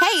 Hey,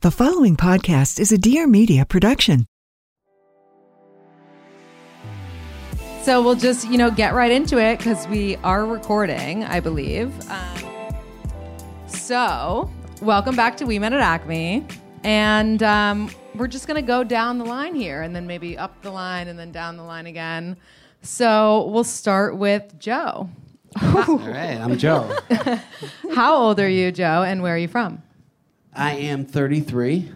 The following podcast is a Dear Media production. So we'll just, you know, get right into it because we are recording, I believe. Um, so, welcome back to We Met at Acme. And um, we're just going to go down the line here and then maybe up the line and then down the line again. So, we'll start with Joe. All right, I'm Joe. How old are you, Joe, and where are you from? I am 33,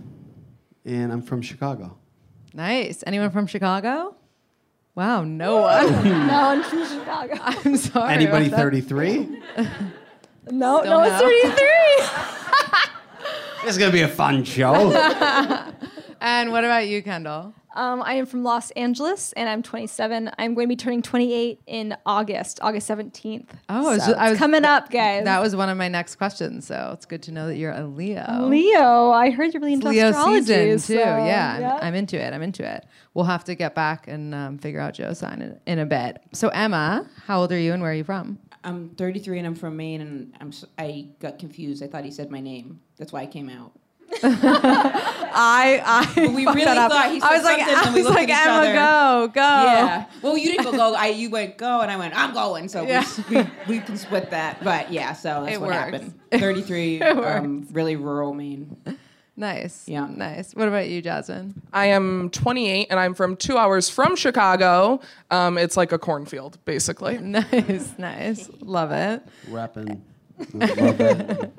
and I'm from Chicago. Nice. Anyone from Chicago? Wow, no one. No, I'm from Chicago. I'm sorry. Anybody about that. 33? No, no, know. it's 33. This is gonna be a fun show. And what about you, Kendall? um, I am from Los Angeles and I'm 27. I'm going to be turning 28 in August, August 17th. Oh, I was- So I it's was- coming up, guys. That was one of my next questions, so it's good to know that you're a Leo. Leo. I heard you're really It's into Leo astrology. season too. so, yeah, I'm, I'm into it. I'm into it. We'll have to get back and um, figure out Joe's sign in, in a bit. So Emma, how old are you and where are you from? I'm 33 and I'm from Maine, and I'm s- I got confused. I thought he said my name. That's why I came out. I I we fucked really that up. thought he I said was like something, and I we was looked like at each Emma, other. go go. Yeah. Oh, Well, you didn't go. I you went go, and I went. I'm going. So we s we, we can split that. But yeah, so that's It what works. happened. 33, um, really rural Maine. Nice. Yeah. Nice. What about you, Jasmine? I am 28 and I'm from two hours from Chicago. Um, it's like a cornfield, basically. Nice. Nice. Love it. Repping. Love it.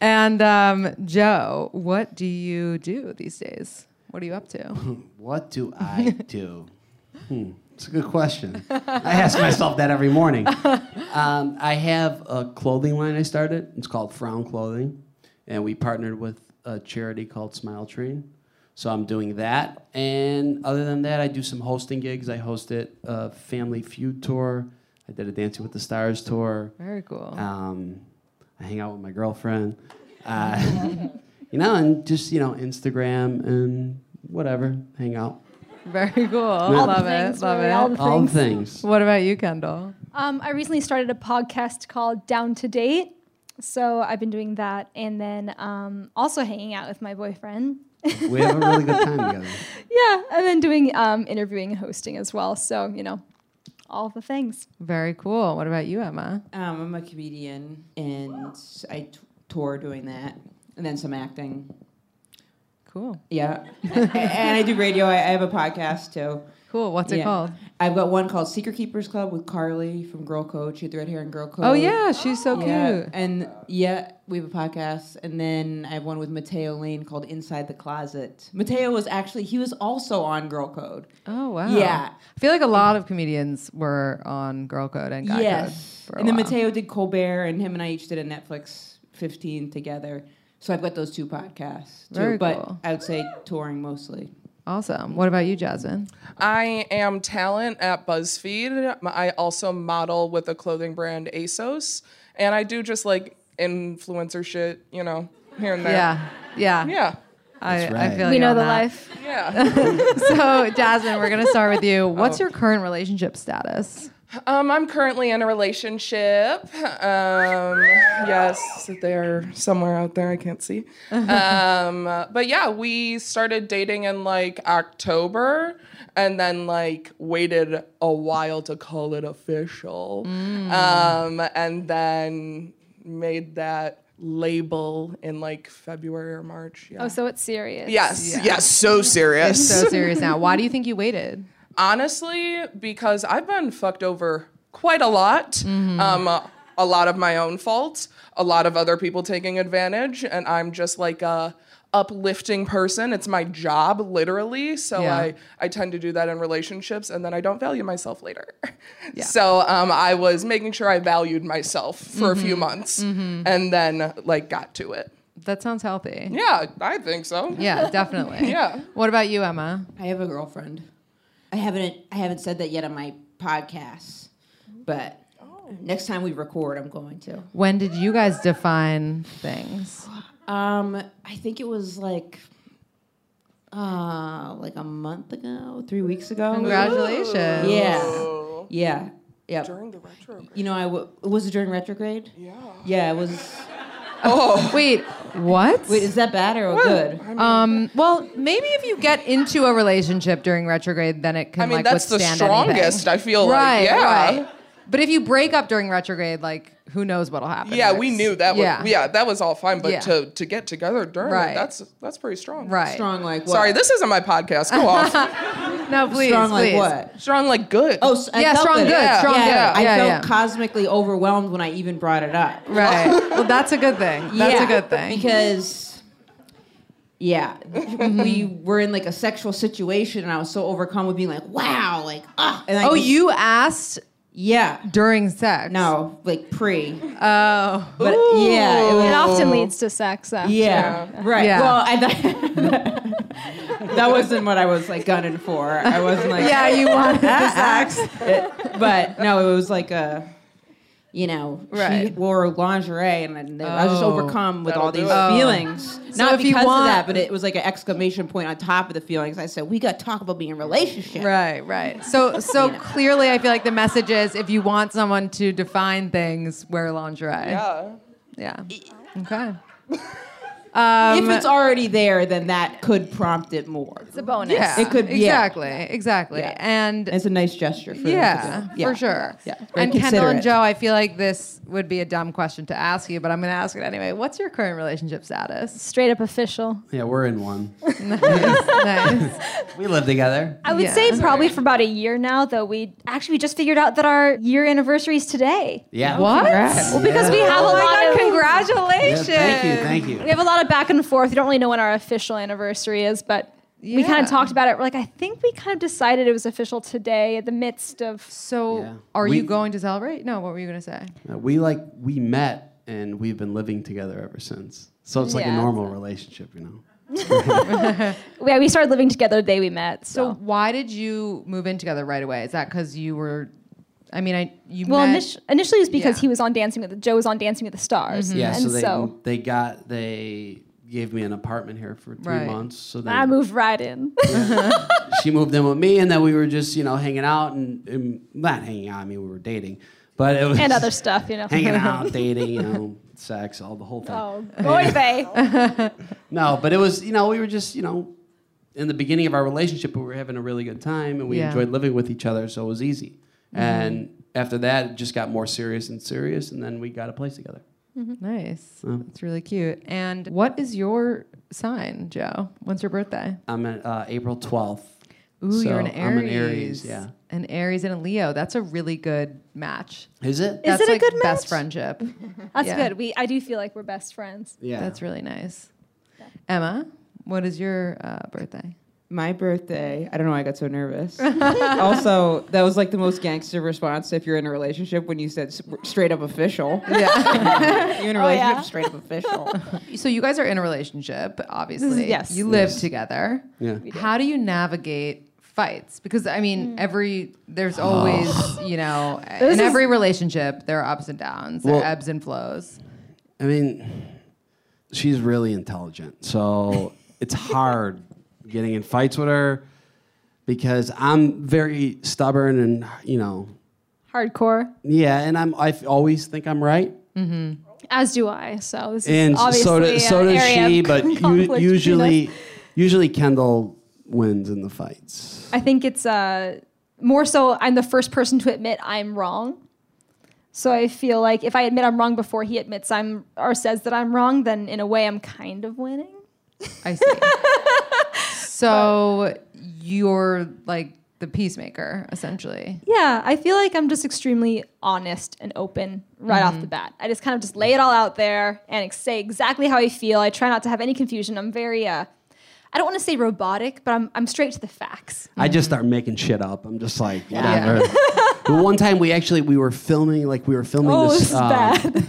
And um, Joe, what do you do these days? What are you up to? Hmm, What do I do? Hmm, it's a good question. I ask myself that every morning. Um, I have a clothing line I started. It's called Frown Clothing, and we partnered with a charity called Smile Train. So I'm doing that, and other than that, I do some hosting gigs. I hosted a Family Feud tour. I did a Dancing with the Stars tour. Very cool. Um, I hang out with my girlfriend. Uh, you know, and just, you know, Instagram and whatever, hang out. Very cool. love it. Thanks, Love really, all the it. Oh. All things. the things. What about you, Kendall? Um, I recently started a podcast called Down to Date. So I've been doing that and then um, also hanging out with my boyfriend. We have a really good time together. Yeah, and then doing um, interviewing and hosting as well. So, you know, all the things. Very cool. What about you, Emma? Um, I'm a comedian, and I t- tour doing that, and then some acting. Cool. Yeah, and I do radio. I, I have a podcast too. Cool. What's it Yeah. called? I've got one called Secret Keepers Club with Carly from Girl Code. She had the red hair and Girl Code. Oh yeah, she's so Yeah, cute. and yeah, we have a podcast, and then I have one with Mateo Lane called Inside the Closet. Mateo was actually he was also on Girl Code. Oh wow. Yeah. I feel like a lot of comedians were on Girl Code and Guy yes, Code. for a and then while. Mateo did Colbert, and him and I each did a Netflix 15 together. So I've got those two podcasts too, Very but cool. I would say touring mostly. Awesome. What about you, Jasmine? I am talent at BuzzFeed. I also model with a clothing brand, ASOS, and I do just like influencer shit, you know, here and there. Yeah. Yeah. Yeah. I, That's I right. feel We you know on the that. life. Yeah. So, Jasmine, we're going to start with you. What's your current relationship status? um, I'm currently in a relationship. Um, yes, they're somewhere out there. I can't see. Um, but yeah, we started dating in like October and then like waited a while to Mm. call it official. Um, and then made that label in like February or March. Yeah. Oh, so it's serious. yes, yes, so serious. so serious now. Why do you think you waited? Honestly, because I've been fucked over quite a lot. Um, a, a lot of my own fault, a lot of other people taking advantage, and I'm just like a uplifting person. It's my job, literally. So Yeah. I I tend to do that in relationships, and then I don't value myself later. So um, I was making sure I valued myself for a few months, and then like got to it. That sounds healthy. Yeah, I think so. Yeah, definitely. Yeah. What about you, Emma? I have a girlfriend. I haven't I haven't said that yet on my podcast, but Oh. next time we record, I'm going to. When did you guys define things? Um, I think it was like, uh, like a month ago, three weeks ago. Congratulations. Yeah, yeah, yeah. Oh. During the retro. You know, I w- was it during retrograde? Yeah. Yeah, it was. Wait, what? Wait, is that bad or good? um, well, maybe if you get into a relationship during retrograde, then it can I mean, like that's the withstand strongest. anything. I feel right, like. Yeah. right. But if you break up during retrograde, like who knows what'll happen? Yeah, we next. knew that. Was, Yeah. yeah, that was all fine, but Yeah. to to get together during Right. it, that's that's pretty strong. Right. Strong like what? Sorry, this isn't my podcast. Go off. No, please. strong please. like what? strong like good. Oh, s- I Yeah, felt strong it. good, Yeah, strong yeah. good. I Yeah, felt yeah. cosmically overwhelmed when I even brought it up. Right. well, that's a good thing. That's a good thing. Because, yeah, we were in like a sexual situation and I was so overcome with being like, wow, like, ah. And I oh, just- you asked Yeah. during sex? No, like pre. Oh, But yeah, it was, It often leads to sex. After. yeah, right. Yeah. Well, I that wasn't what I was like gunning for. I wasn't like, yeah, you wanted the sex. Ah, It- but no, it was like a, you know, she Right. wore lingerie, and then I was just Oh, overcome with all that'll these do it. feelings. So Not if you because want- of that, but it was like an exclamation point on top of the feelings. I said, "We got to talk about being in a relationship." Right, right. So, so clearly, I feel like the message is: if you want someone to define things, wear lingerie. yeah. Yeah. Okay. if Um, it's already there, then that could prompt it more. It's a bonus. Yeah. It could- yeah. exactly, exactly, and It's a nice gesture. For them to yeah, do. for sure. Yeah. Very And Kendall and considerate. Joe, I feel like this would be a dumb question to ask you, but I'm going to ask it anyway. What's your current relationship status? Straight up official. Yeah, we're in one. nice. we live together. I would Yeah. say probably for about a year now, though. We actually we just figured out that our year anniversary is today. Yeah. What? Well, because we have a Oh my lot God, of Yeah, congratulations. thank you. Thank you. we have a lot of back and forth. We don't really know when our official anniversary is, but we kind Yeah. of talked about it. We're like, I think we kind of decided it was official today, in the midst of So, Yeah. are We- you going to celebrate? No, what were you going to say? Uh, we like we met and we've been living together ever since. So it's like a Yeah. normal relationship, you know. yeah. We started living together the day we met. So, So, why did you move in together right away? Is that because you were? I mean, I you well, met, initi- initially it was because Yeah. Mm-hmm. he was on Dancing with the Joe was on Dancing with the Stars, Yeah. Mm-hmm. and So so, they they got they gave me an apartment here for three Right. months. So then I moved right in. she moved in with me, and then we were just you know hanging out and, and not hanging out. I mean, we were dating, but it was and other stuff, you know. hanging out, dating, you know, sex, all the whole thing. Oh, boy, they. No, but it was, you know, we were just, you know, in the beginning of our relationship, we were having a really good time and we Yeah. enjoyed living with each other, so it was easy. Mm-hmm. And after that, it just got more serious and serious, and then we got a place together. nice. That's really cute. And what is your sign, Joe? When's your birthday? I'm at uh, April 12th. Ooh, so you're an Aries. I'm an Aries, yeah. An Aries and a Leo. That's a really good match. Is it? Is That's it a like good best match? friendship. That's Yeah. good. We I do feel like we're best friends. yeah. That's really nice. Emma, what is your uh, birthday? My birthday. I don't know why I got so nervous. also, that was like the most gangster response if you're in a relationship when you said s- straight up official. Yeah. you're in a relationship straight up official. So you guys are in a relationship, obviously. yes. You live together. Yeah. How do you navigate fights? Because I mean, Mm. every there's always, you know, in every relationship there are ups and downs, there Well- are ebbs and flows. I mean, she's really intelligent, so it's hard getting in fights with her because I'm very stubborn and, you know, Hardcore, yeah, and I'm, I f- always think I'm right. as do I. So this and is obviously so an does, so does area she of but conflict u- between us. usually usually kendall wins in the fights I think it's uh, more so. I'm the first person to admit I'm wrong. So I feel like if I admit I'm wrong before he admits I'm or says that I'm wrong, then in a way I'm kind of winning. I see. so you're like the peacemaker, essentially. Yeah, I feel like I'm just extremely honest and open right Mm-hmm. off the bat. I just kind of just lay it all out there and ex- say exactly how I feel. I try not to have any confusion. I'm very uh I don't want to say robotic, but I'm I'm straight to the facts. I just start making shit up. I'm just like whatever. But one time we actually we were filming like we were filming Oh, this, this is um, bad.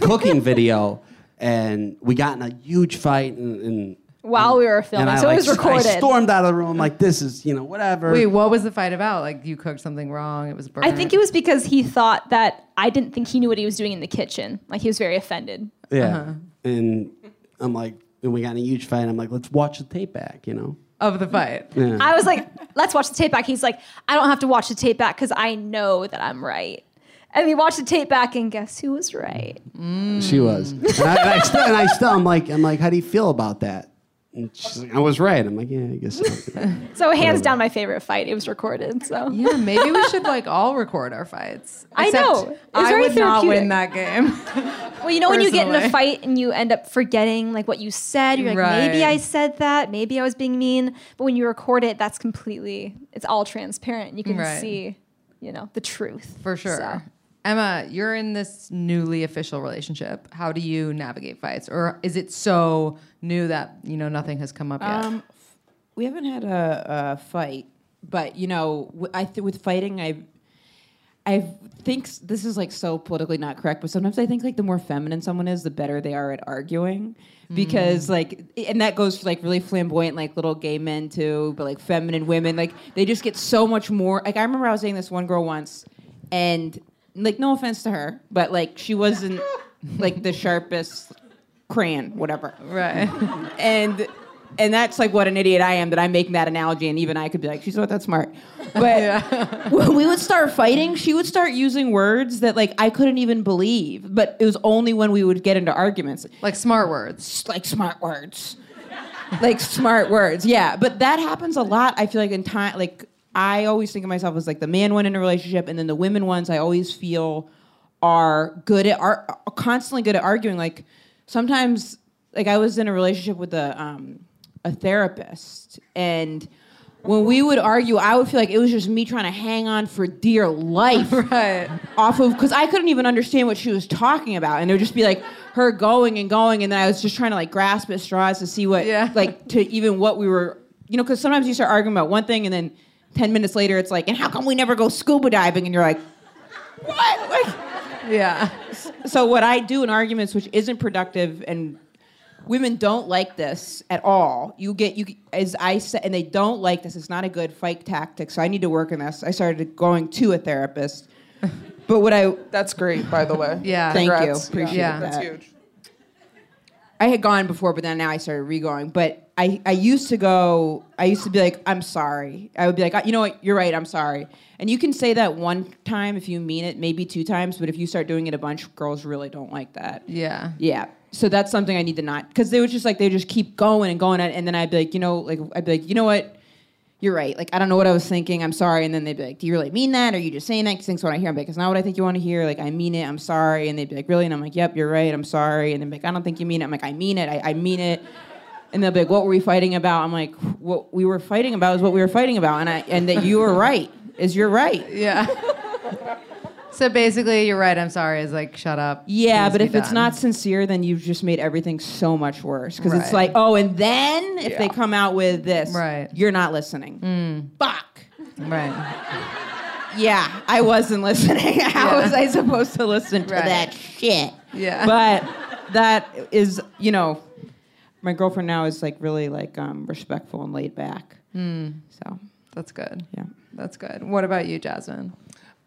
cooking video, and we got in a huge fight and. and While we were filming, Mm. and I, so like, it was I recorded. stormed out of the room like this is you know whatever. Wait, what was the fight about? Like you cooked something wrong. It was burnt. I think it was because he thought that I didn't think he knew what he was doing in the kitchen. Like he was very offended. Yeah. uh-huh. And I'm like, and we got in a huge fight. I'm like, let's watch the tape back, you know? of the fight. Yeah. I was like, let's watch the tape back. He's like, I don't have to watch the tape back because I know that I'm right. And we watched the tape back, and guess who was right? Mm. She was. And I, and I still, and I still, I'm like, I'm like, how do you feel about that? And she's like, I was right. I'm like, yeah, I guess so. So hands down, my favorite fight. It was recorded. So Yeah, maybe we should like all record our fights. I Except know. It's I very would not win that therapeutic. game. well, you know when you get in a Personally. fight and you end up forgetting like what you said. You're like, maybe Right. I said that. Maybe I was being mean. But when you record it, that's completely. It's all transparent. You can Right. see, you know, the truth For sure. Oh So- Emma, you're in this newly official relationship. How do you navigate fights? Or is it so new that, you know, nothing has come up yet? Um, we haven't had a, a fight, but you know, w- I th- with fighting, I I think s- this is like so politically not correct, but sometimes I think like the more feminine someone is, the better they are at arguing because like, i- and that goes for like really flamboyant like little gay men too, but like feminine women, like they just get so much more. Like I remember I was dating this one girl once, and like no offense to her, but like she wasn't like the sharpest crayon, whatever right. and and that's like what an idiot I am that I'm making that analogy, and even I could be like, she's not that smart. But when we would start fighting, she would start using words that like I couldn't even believe. But it was only when we would get into arguments, like smart words. s- like smart words, like smart words. Yeah, but that happens a lot. I feel like in time, like I always think of myself as like the man one in a relationship, and then the women ones. I always feel are good at are are constantly good at arguing. Like sometimes, like I was in a relationship with a um, a therapist, and when we would argue, I would feel like it was just me trying to hang on for dear life off of because I couldn't even understand what she was talking about, and it would just be like her going and going, and then I was just trying to like grasp at straws to see what, Yeah. like to even what we were, you know, because sometimes you start arguing about one thing, and then ten minutes later it's like, and how come we never go scuba diving? And you're like, what? Like, Yeah. so what I do in arguments, which isn't productive, and women don't like this at all. You get you as I said, and they don't like this. It's not a good fight tactic. So I need to work on this. I started going to a therapist, but what I That's great, by the way. Yeah. Thank you. Congrats. Appreciate yeah, that. That's huge. I had gone before, but then now I started re-going. But I, I used to go, I used to be like, I'm sorry. I would be like, "Uh, you know what, you're right, I'm sorry. And you can say that one time if you mean it, maybe two times, but if you start doing it a bunch, girls really don't like that. Yeah. Yeah. So that's something I need to not because they would just like they would just keep going and going and then I'd be like, you know, like I'd be like, you know what? You're right. Like I don't know what I was thinking. I'm sorry. And then they'd be like, Do you really mean that? Are you just saying that? Because things what I hear. I'm like, it's not what I think you want to hear. Like I mean it. I'm sorry. And they'd be like, really? And I'm like, yep, you're right. I'm sorry. And then like, I don't think you mean it. I'm like, I mean it. I, I mean it. And they'll be like, what were we fighting about? I'm like, what we were fighting about is what we were fighting about. And I and that you were right is you're right. Yeah. so basically, you're right. I'm sorry. Is like, shut up. Yeah, Please but be if it's done. not sincere, then you've just made everything so much worse. Because it's Right. like, oh, and then if they come out with this, Right. Mm. you're not listening. Fuck. Right. Yeah, I wasn't listening. How was I supposed to listen to Right. that shit? Yeah. But that is, you know, my girlfriend now is like really like um, respectful and laid back. Mm. So, That's good. yeah. That's good. What about you, Jasmine?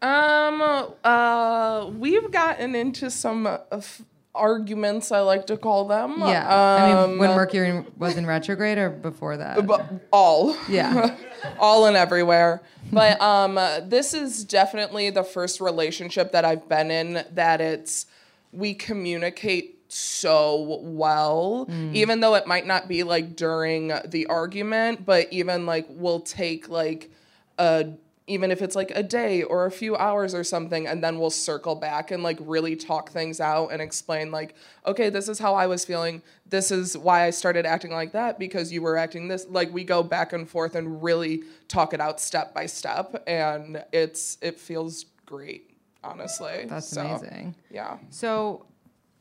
Um, uh, we've gotten into some uh, f- arguments, I like to call them. Yeah. I mean, when Mercury was in retrograde or before that? but all Yeah. all and everywhere but um uh, this is definitely the first relationship that i've been in that it's we communicate so well Mm. even though it might not be like during the argument but even like we'll take like a even if it's like a day or a few hours or something and then we'll circle back and like really talk things out and explain like okay this is how i was feeling this is why i started acting like that because you were acting this like we go back and forth and really talk it out step by step and it's it feels great honestly That's So, amazing. yeah So,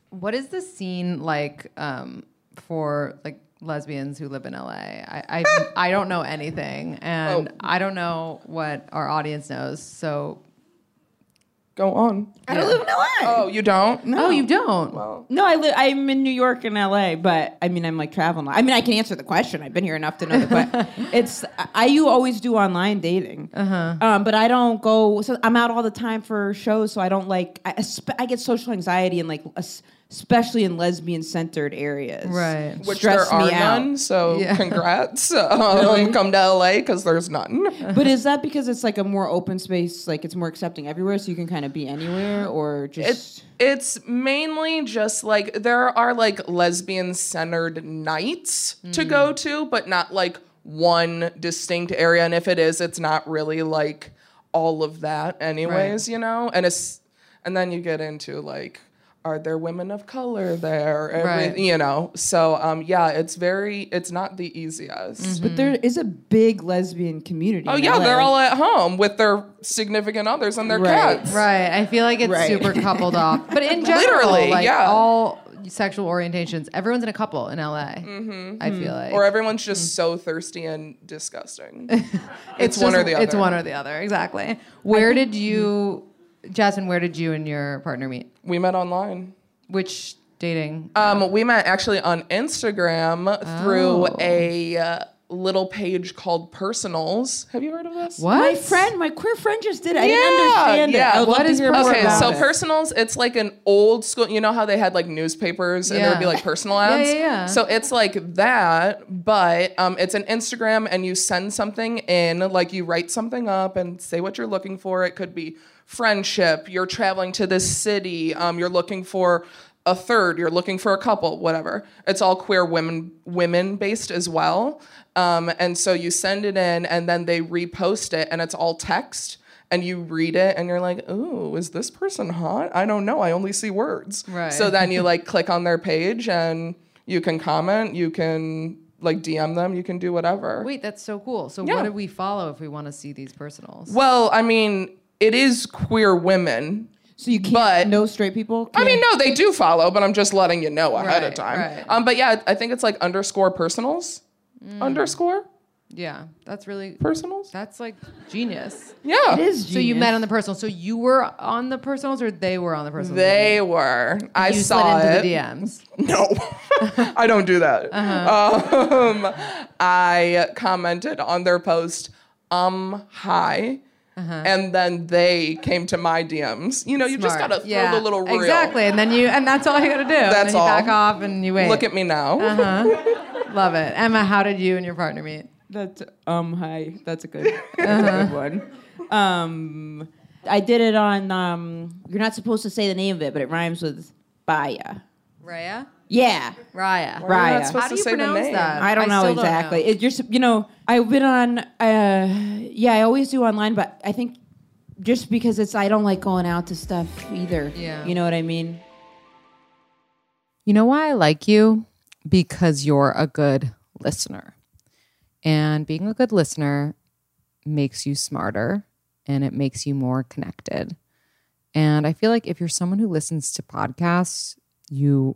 what is the scene like um, for like lesbians who live in LA? I I, I don't know anything, and Oh. I don't know what our audience knows. So, go on I don't live in LA. oh you don't oh, you don't. No, I li- I'm in New York and LA, but I mean, I'm like traveling. I mean, I can answer the question. I've been here enough to know the question. it's I you always do online dating, uh-huh. um, but I don't go. So I'm out all the time for shows, so I don't like. I, esp- I get social anxiety in like, es- especially in lesbian centered areas, Right. which Stress there are me out. none so congrats um, come to la because there's none But is that because it's like a more open space, like it's more accepting everywhere, so you can kind of be anywhere, or just It's it's mainly just like there are like lesbian centered nights to go to, but not like one distinct area. And if it is, it's not really like all of that, anyways. You know, and it's and then you get into like. Are there women of color there? Every- Right. You know, so um, yeah, it's very, it's not the easiest. Mm-hmm. but there is a big lesbian community. Oh in yeah, LA. they're all at home with their significant others and their Right. cats. Right. I feel like it's Right. super coupled off. But in general, Literally, like yeah. all sexual orientations, everyone's in a couple in LA. I feel like. Mm-hmm. Or everyone's just so thirsty and disgusting. it's, It's one just- or the other. It's one or the other. Exactly. Where did you, Jasmine? Where did you and your partner meet? We met online. Which dating? Um, we met actually on Instagram through Oh. a uh, little page called Personals. Have you heard of this? what? Oh, My friend, my queer friend just did. It. I didn't understand yeah. it. I would What love to is hear more Okay, about so it. personals, it's like an old school. You know how they had like newspapers and there would be Yeah. Oh, like personal Yeah, ads. yeah, yeah. So it's like that, but um, it's an Instagram, and you send something in, like you write something up and say what you're looking for. It could be friendship. You're traveling to this city. Um, you're looking for a third. You're looking for a couple. Whatever. It's all queer women women based as well. Um, and so you send it in, and then they repost it, and it's all text and you read it and you're like, ooh, is this person hot? I don't know. I only see words. Right. So then you like click on their page and you can comment, you can like DM them, you can do whatever. Wait, that's so cool. So Yeah. what do we follow if we want to see these personals? Well, I mean, it is queer women. So you can't But- know straight people. I Can- mean, no, they do follow, but I'm just letting you know ahead of Right, time. right. Um, but yeah, I think it's like underscore personals, Mm. underscore yeah, that's really personals. that's like genius. Yeah. it is. So you genius. met on the personal. So you were on the personals, or they were on the personals? They were. I you saw slid it. into the DMs. No, I don't do that. Uh-huh. Um, I commented on their post, um, hi. Uh-huh. And then they came to my DMs. You know, you just Smart. gotta throw Yeah, the little reel. Exactly, and then you and that's all you got to do. That's and then you Back all. off and you wait. Look at me now. Uh-huh. Love it, Emma. How did you and your partner meet? That's um hi. That's a good, that's a good one. Um, I did it on. Um, you're not supposed to say the name of it, but it rhymes with Baya. Raya. Yeah, Raya. You're not Raya. supposed How do to you say the pronounce name. that? I don't I know still don't exactly. know. It just you know I've been on. Uh, yeah, I always do online, but I think just because it's I don't like going out to stuff either. Yeah. you know what I mean. You know why I like you? Because you're a good listener. And being a good listener makes you smarter and it makes you more connected. And I feel like if you're someone who listens to podcasts, you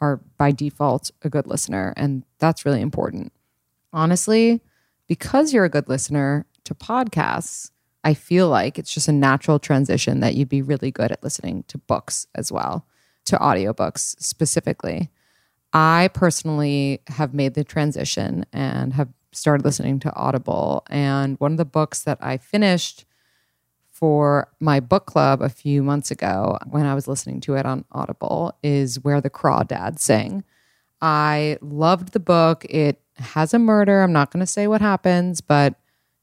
are by default a good listener. And that's really important. Honestly, because you're a good listener to podcasts, I feel like it's just a natural transition that you'd be really good at listening to books as well, to audiobooks specifically. I personally have made the transition and have started listening to Audible. And one of the books that I finished for my book club a few months ago when I was listening to it on Audible is Where the Crawdads Sing. I loved the book. It has a murder. I'm not going to say what happens, but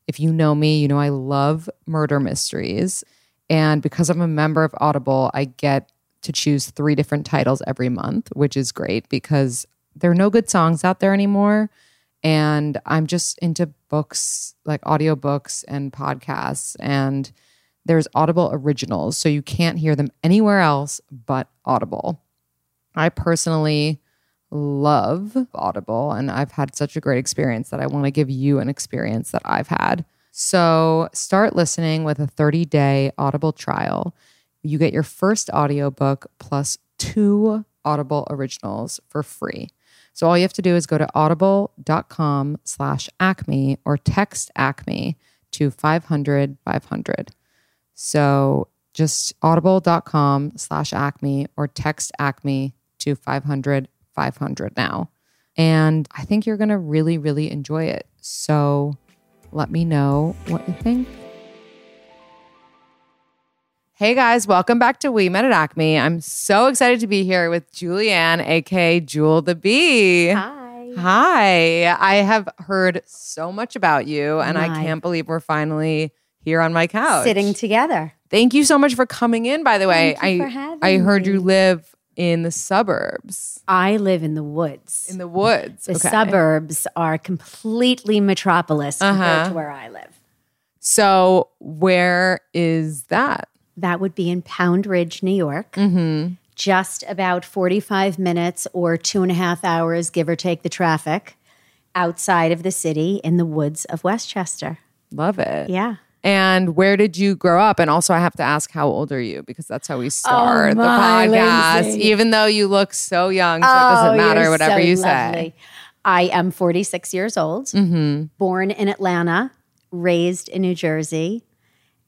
if you know me, you know I love murder mysteries. And because I'm a member of Audible, I get to choose three different titles every month, which is great because there are no good songs out there anymore. and I'm just into books, like audiobooks and podcasts and there's Audible Originals, so you can't hear them anywhere else but Audible. I personally love Audible and I've had such a great experience that I want to give you an experience that I've had. So start listening with a 30 day Audible trial. You get your first audiobook plus two Audible originals for free. So all you have to do is go to audible.com slash acme or text acme to 500 500. So just audible.com slash acme or text acme to 500 500 now. And I think you're going to really, really enjoy it. So let me know what you think. Hey guys, welcome back to We Met at Acme. I'm so excited to be here with Julianne, aka Jewel the Bee. Hi. Hi. I have heard so much about you, and I can't believe we're finally here on my couch. Sitting together. Thank you so much for coming in, by the way. Thank you I for having I heard me. you live in the suburbs. I live in the woods. In the woods. the okay. suburbs are completely metropolis compared Uh-huh. to where I live. So where is that? That would be in Pound Ridge, New York. Mm-hmm. Just about 45 minutes or two and a half hours, give or take the traffic, outside of the city in the woods of Westchester. Love it. Yeah. And where did you grow up? And also I have to ask how old are you? Because that's how we start the Oh, my, Oh, podcast. Lindsay. Even though you look so young, so it doesn't matter whatever you say. I am 46 years old, Mm-hmm. born in Atlanta, raised in New Jersey,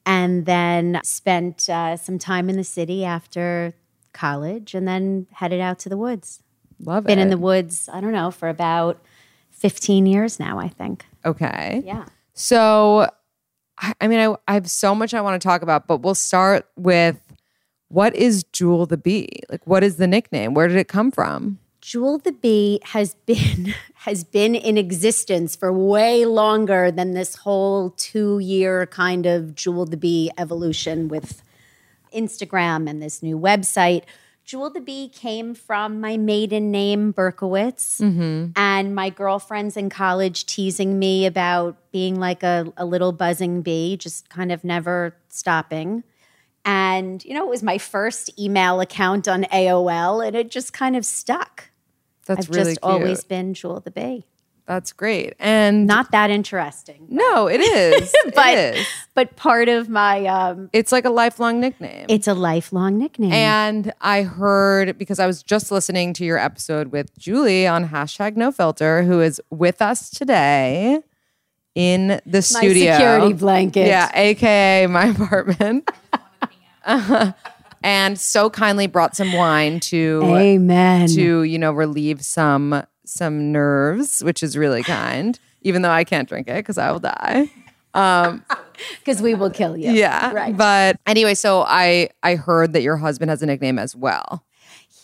and then spent uh, some time in the city after college and then headed out to the woods. Love Been it. in the woods, I don't know, for about 15 years now, I think. Okay. Yeah. So, I, I mean, I, I have so much I want to talk about, but we'll start with what is Jewel the Bee? Like, what is the nickname? Where did it come from? Jewel the Bee has been has been in existence for way longer than this whole two year kind of Jewel the Bee evolution with Instagram and this new website. Jewel the Bee came from my maiden name Berkowitz and my girlfriends in college teasing me about being like a, a little buzzing bee, just kind of never stopping. And, you know, it was my first email account on AOL and it just kind of stuck. That's I've really just cute. always been Jewel the Bee. That's great. And Not that interesting, no, it is. But- it is. but part of my, um, It's like a lifelong nickname. it's a lifelong nickname. and I heard because I was just listening to your episode with Julie on hashtag no filter, who is with us today in the my studio. security blanket. Yeah, aka my apartment. and so kindly brought some wine to Amen. to you know relieve some some nerves, which is really kind. Even though I can't drink it because I will die. Because we will kill you. Yeah, Right. But anyway, so I I heard that your husband has a nickname as well.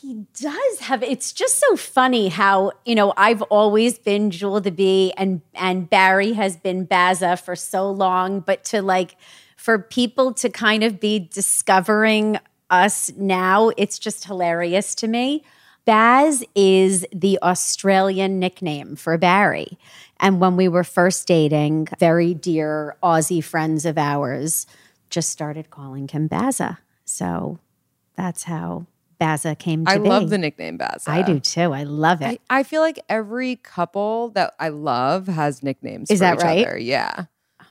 He does have it's just so funny how, you know, I've always been Jewel the Bee and and Barry has been Baza for so long, but to like for people to kind of be discovering us now, it's just hilarious to me. Baz is the Australian nickname for Barry. And when we were first dating, very dear Aussie friends of ours just started calling him Baza. So that's how Baza came to I be. love the nickname Baza. I do too. I love I, it. I feel like every couple that I love has nicknames. Is for that each right? other. Yeah.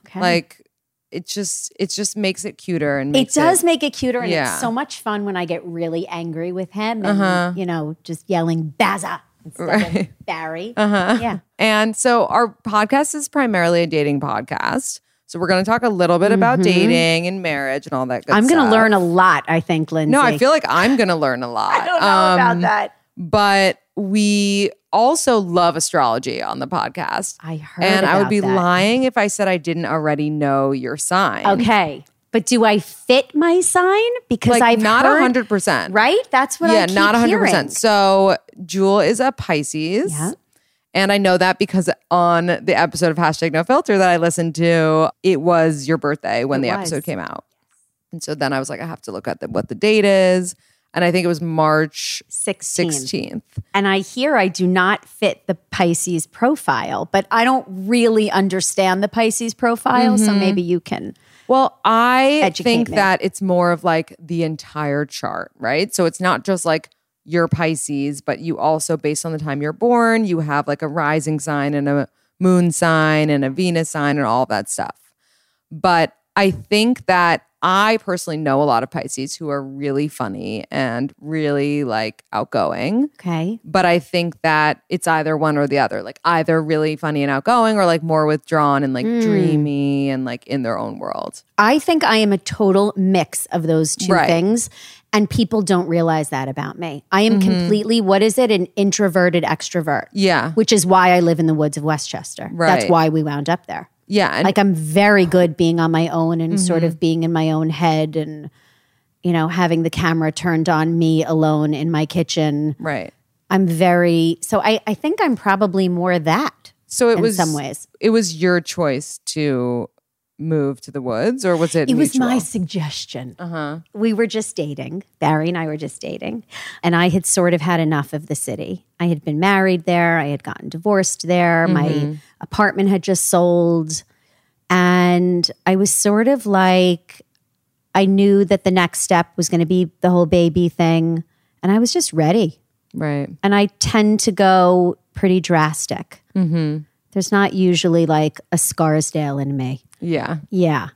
okay. Like it just it just makes it cuter and it makes does make it cuter, and Yeah. it's so much fun when I get really angry with him, and Uh-huh. you know, just yelling Baza instead Right. of Barry. Uh huh. Yeah. And so our podcast is primarily a dating podcast. So we're going to talk a little bit about Mhm. dating and marriage and all that good I'm stuff. going to learn a lot, I think, Lindsay. No, I feel like I'm going to learn a lot. I don't know Um, about that. But we also love astrology on the podcast. I heard, And I would about be that. lying if I said I didn't already know your sign. Okay, but do I fit my sign? Because Like I've not heard, hundred percent. Right? That's what. yeah, I keep not hundred hearing. percent. So Jewel is a Pisces. Yeah. And I know that because on the episode of hashtag no filter that I listened to, it was your birthday when It the was. episode came out. And so then I was like, I have to look at the, what the date is. and I think it was March 16. 16th. And I hear I do not fit the Pisces profile, but I don't really understand the Pisces profile. So Mm-hmm. maybe you can. Well, I Educate think me. that it's more of like the entire chart, right? So it's not just like your Pisces, but you also, based on the time you're born, you have like a rising sign and a moon sign and a Venus sign and all that stuff. But I think that I personally know a lot of Pisces who are really funny and really like outgoing. Okay. But I think that it's either one or the other, like either really funny and outgoing or like more withdrawn and like dreamy and like in their own world. I think I am a total mix of those two Right. things. And people don't realize that about me. I am Mm-hmm. completely, what is it, an introverted extrovert, Yeah. which is why I live in the woods of Westchester. That's Right. why we wound up there. Yeah. And Mm-hmm. like I'm very good being on my own and sort of being in my own head and you know having the camera turned on me alone in my kitchen. right. I'm very so I I think I'm probably more that So it in was some ways. It was your choice to move to the woods or was it It was my mutual? suggestion. Uh-huh. We were just dating. Barry and I were just dating. And I had sort of had enough of the city. I had been married there. I had gotten divorced there. Mm-hmm. My apartment had just sold. And I was sort of like, I knew that the next step was going to be the whole baby thing. And I was just ready. Right. And I tend to go pretty drastic. Mm-hmm. There's not usually like a Scarsdale in me. Yeah. Yeah.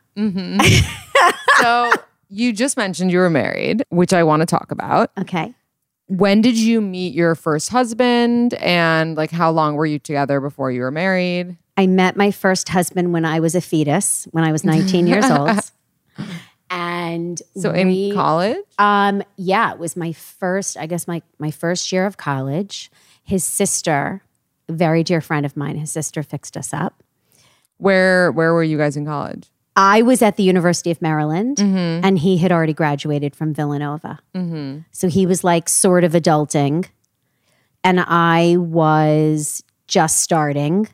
So you just mentioned you were married, which I want to talk about. Okay. When did you meet your first husband and like how long were you together before you were married? I met my first husband when I was a fetus, when I was 19 years old. And So we- in college? um, yeah, it was my first, I guess my my first year of college. His sister, a very dear friend of mine, his sister fixed us up. Where where were you guys in college? I was at the University of Maryland and he had already graduated from Villanova. So he was like sort of adulting. And I was just starting.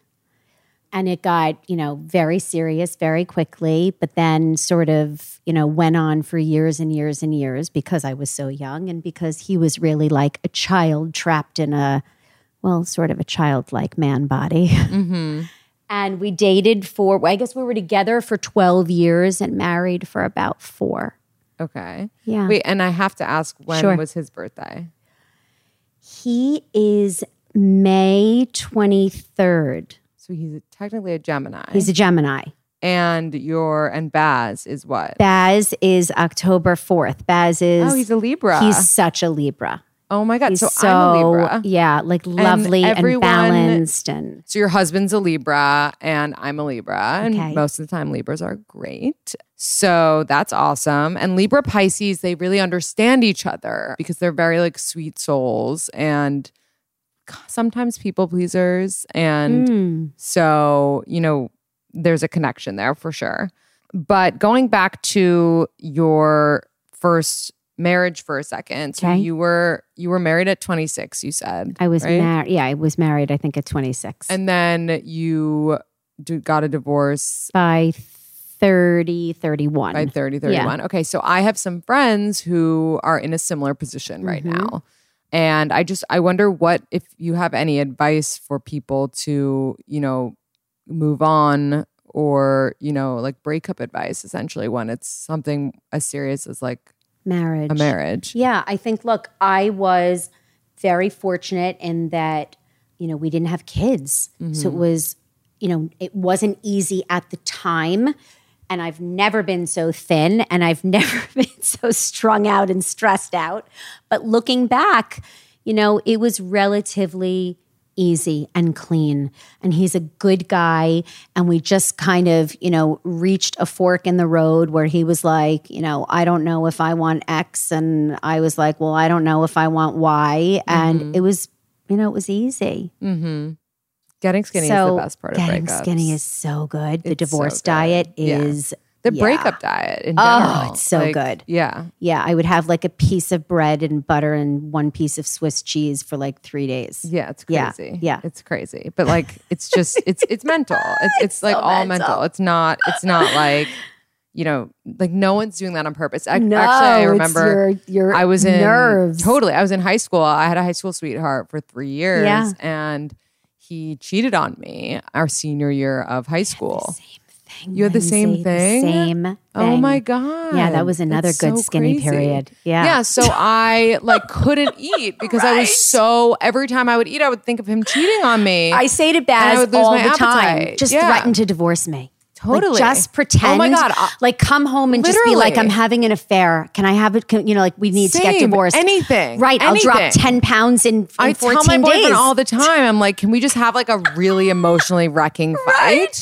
And it got, you know, very serious very quickly, but then sort of, you know, went on for years and years and years because I was so young and because he was really like a child trapped in a, well, sort of a childlike man body and we dated for i guess we were together for 12 years and married for about four Okay. yeah Wait, and I have to ask when Sure. was his birthday? he is may 23rd So he's technically a Gemini. he's a gemini and your and Baz is what? baz is october 4th baz is oh, he's a Libra. he's such a libra Oh my God. he's So, I'm a Libra. yeah like lovely and, everyone- balanced and So your husband's a Libra and I'm a Libra. And Okay. most of the time, Libras are great. So that's awesome. And Libra Pisces, they really understand each other because they're very like sweet souls and sometimes people pleasers. And Mm. so, you know, there's a connection there for sure. But going back to your first marriage for a second. So Okay. you were you were married at 26, you said. i was right? married yeah i was married i think at 26 And then you do, got a divorce by 30 31 by 30, 31. Okay, so I have some friends who are in a similar position right Mhm. now. And I just, I wonder what, if you have any advice for people to, you know, move on or, you know, like breakup advice essentially when it's something as serious as like marriage a marriage. Yeah, I think, look, I was very fortunate in that, you know, we didn't have kids. So it was, you know, it wasn't easy at the time. And I've never been so thin and I've never been so strung out and stressed out. But looking back, you know, it was relatively easy and clean. And he's a good guy. And we just kind of, you know, reached a fork in the road where he was like, you know, I don't know if I want X. And I was like, well, I don't know if I want Y. And Mm-hmm. it was, you know, it was easy. Getting skinny is so the best part of getting breakups. skinny is so good. The It's so divorce good. diet Yeah. is, the yeah. breakup diet in Oh, general. it's so Like, good. Yeah. yeah, I would have like a piece of bread and butter and one piece of Swiss cheese for like three days. Yeah, it's Yeah, crazy. yeah. it's crazy. But like, it's just it's it's mental. It's, it's, like all mental. It's not. It's not like you know, like no one's doing that on purpose. Ac- No, actually, I it's remember your- your I was in nerves. totally. I was in high school. I had a high school sweetheart for three years, Yeah. and he cheated on me our senior year of high school. You had the same Lindsay, the thing? same Oh thing. my god! Yeah, that was another That's good so skinny crazy. period. Yeah. yeah. So I like couldn't eat because I was so. Every time I would eat, I would think of him cheating on me. I say to And I Baz would lose all the my time, appetite. just Yeah. threaten to divorce me. Like, Totally. just Oh pretend. my God, I- like come home and just be like, I'm Literally. having an affair. Can I have it? Can, you know, like we need to get Same. divorced. Anything. Right. I'll drop Anything. ten pounds in, in I fourteen tell my boyfriend days. all the time. I'm like, can we just have like a really emotionally wrecking fight?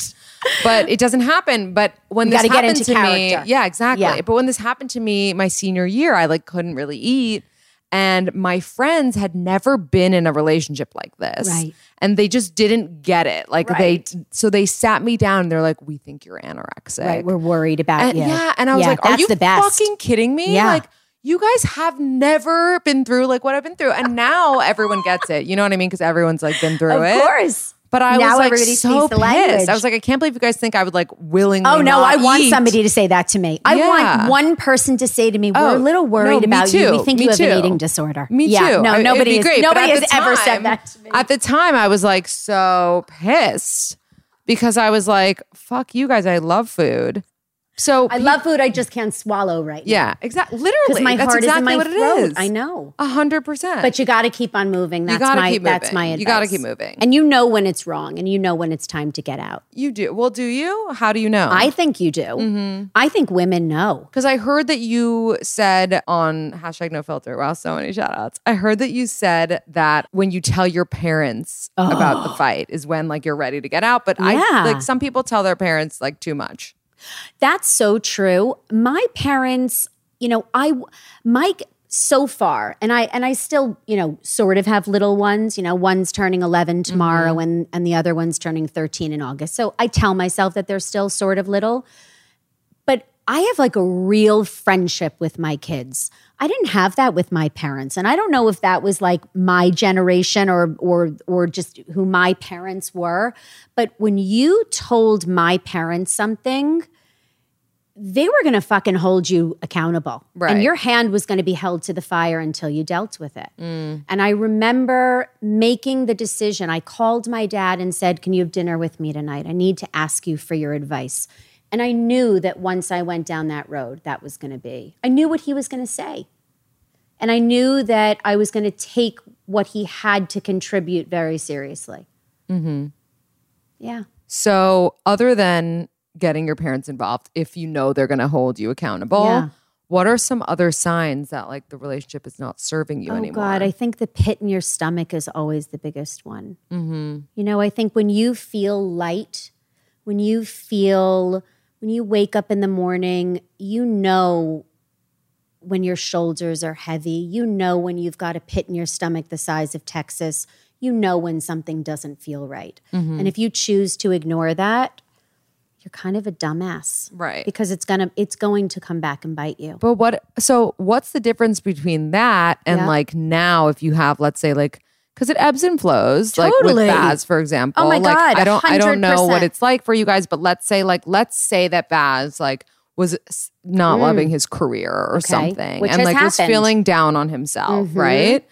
But it doesn't happen. But when You this gotta get happened into to character. me, yeah, exactly. Yeah. But when this happened to me my senior year, I like couldn't really eat, and my friends had never been in a relationship like this, Right. and they just didn't get it. Like Right. they, so they sat me down. and They're like, "We think you're anorexic." Right. We're worried about And- you. yeah, and I was like, "Are that's you the best. fucking kidding me?" Yeah. Like, you guys have never been through like what I've been through, and now everyone gets it. You know what I mean? Because everyone's like been through Of it. course. But I Now was like everybody so speaks the language. pissed. I was like, I can't believe you guys think I would like willingly. Oh no, not I want eat. somebody to say that to me. I Yeah. want one person to say to me, "We're Oh, a little no, worried me about you. too. We think Me you have an too. eating disorder." Me yeah, too. No, It- it'd nobody be is, great, but at nobody has the ever said time- that to me. At the time, I was like so pissed because I was like, "Fuck you guys! I love food." So I love food. I just can't swallow right now. yeah, exactly. Literally, because my that's heart exactly is in my what throat. it is. I know. a hundred percent. But you got to keep on moving. That's gotta my keep that's moving. my advice. You gotta keep moving. and you know when it's wrong, and you know when it's time to get out. you do well. Do you? How do you know? I think you do. Mm-hmm. I think women know. Because I heard that you said on hashtag no filter, wow, so many shout outs. I heard that you said that when you tell your parents about the fight is when like you're ready to get out. But Oh. Yeah. I like some people tell their parents like too much. That's so true. My parents, you know, I Mike so far and I and I still, you know, sort of have little ones, you know, one's turning 11 tomorrow and and the other one's turning 13 in August. So I tell myself that they're still sort of little. But I have like a real friendship with my kids. I didn't have that with my parents and I don't know if that was like my generation or or or just who my parents were, but when you told my parents something, they were going to fucking hold you accountable. Right. And your hand was going to be held to the fire until you dealt with it. And I remember making the decision. I called my dad and said, Can you have dinner with me tonight? I need to ask you for your advice. And I knew that once I went down that road, that was going to be, I knew what he was going to say. And I knew that I was going to take what he had to contribute very seriously. Mm-hmm. Yeah. So other than getting your parents involved, if you know they're gonna hold you accountable, Yeah. what are some other signs that like the relationship is not serving you oh anymore? god i think the pit in your stomach is always the biggest one Mm-hmm. you know i think when you feel light when you feel when you wake up in the morning you know when your shoulders are heavy you know when you've got a pit in your stomach the size of texas you know when something doesn't feel right Mm-hmm. and if you choose to ignore that you're kind of a dumbass Right. because it's gonna it's going to come back and bite you But what so what's the difference between that and like now if you have let's say like because it ebbs and flows like Totally. with Baz for example Oh my like God, I don't I don't know what 100%. it's like for you guys but let's say like let's say that Baz like was s- not loving his career or something Mm. which and has like was happened. feeling down on himself Mhm. right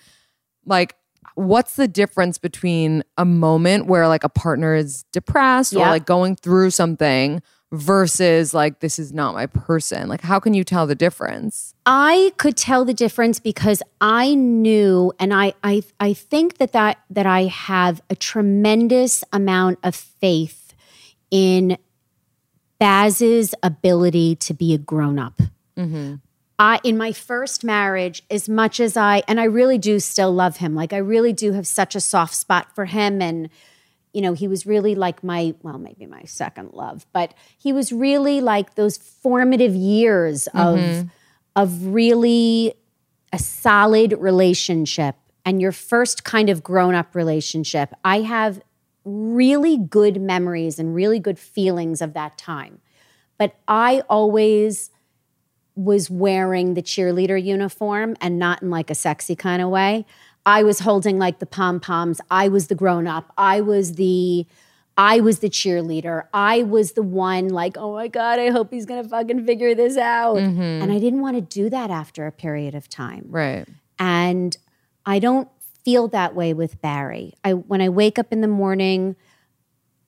like what's the difference between a moment where like a partner is depressed or Yeah. like going through something versus like this is not my person like how can you tell the difference I could tell the difference because I knew, and I, I, I think that, that that I have a tremendous amount of faith in Baz's ability to be a grown up. I in my first marriage, as much as I and I really do still love him. Like I really do have such a soft spot for him, and you know he was really like my well, maybe my second love, but he was really like those formative years of of really a solid relationship and your first kind of grown up relationship. I have really good memories and really good feelings of that time, but I always was wearing the cheerleader uniform and not in like a sexy kind of way. I was holding like the pom poms. I was the grown up. I was the I was the cheerleader. I was the one like, oh my God, I hope he's going to fucking figure this out. And I didn't want to do that after a period of time. Right. And I don't feel that way with Barry. I when I wake up in the morning,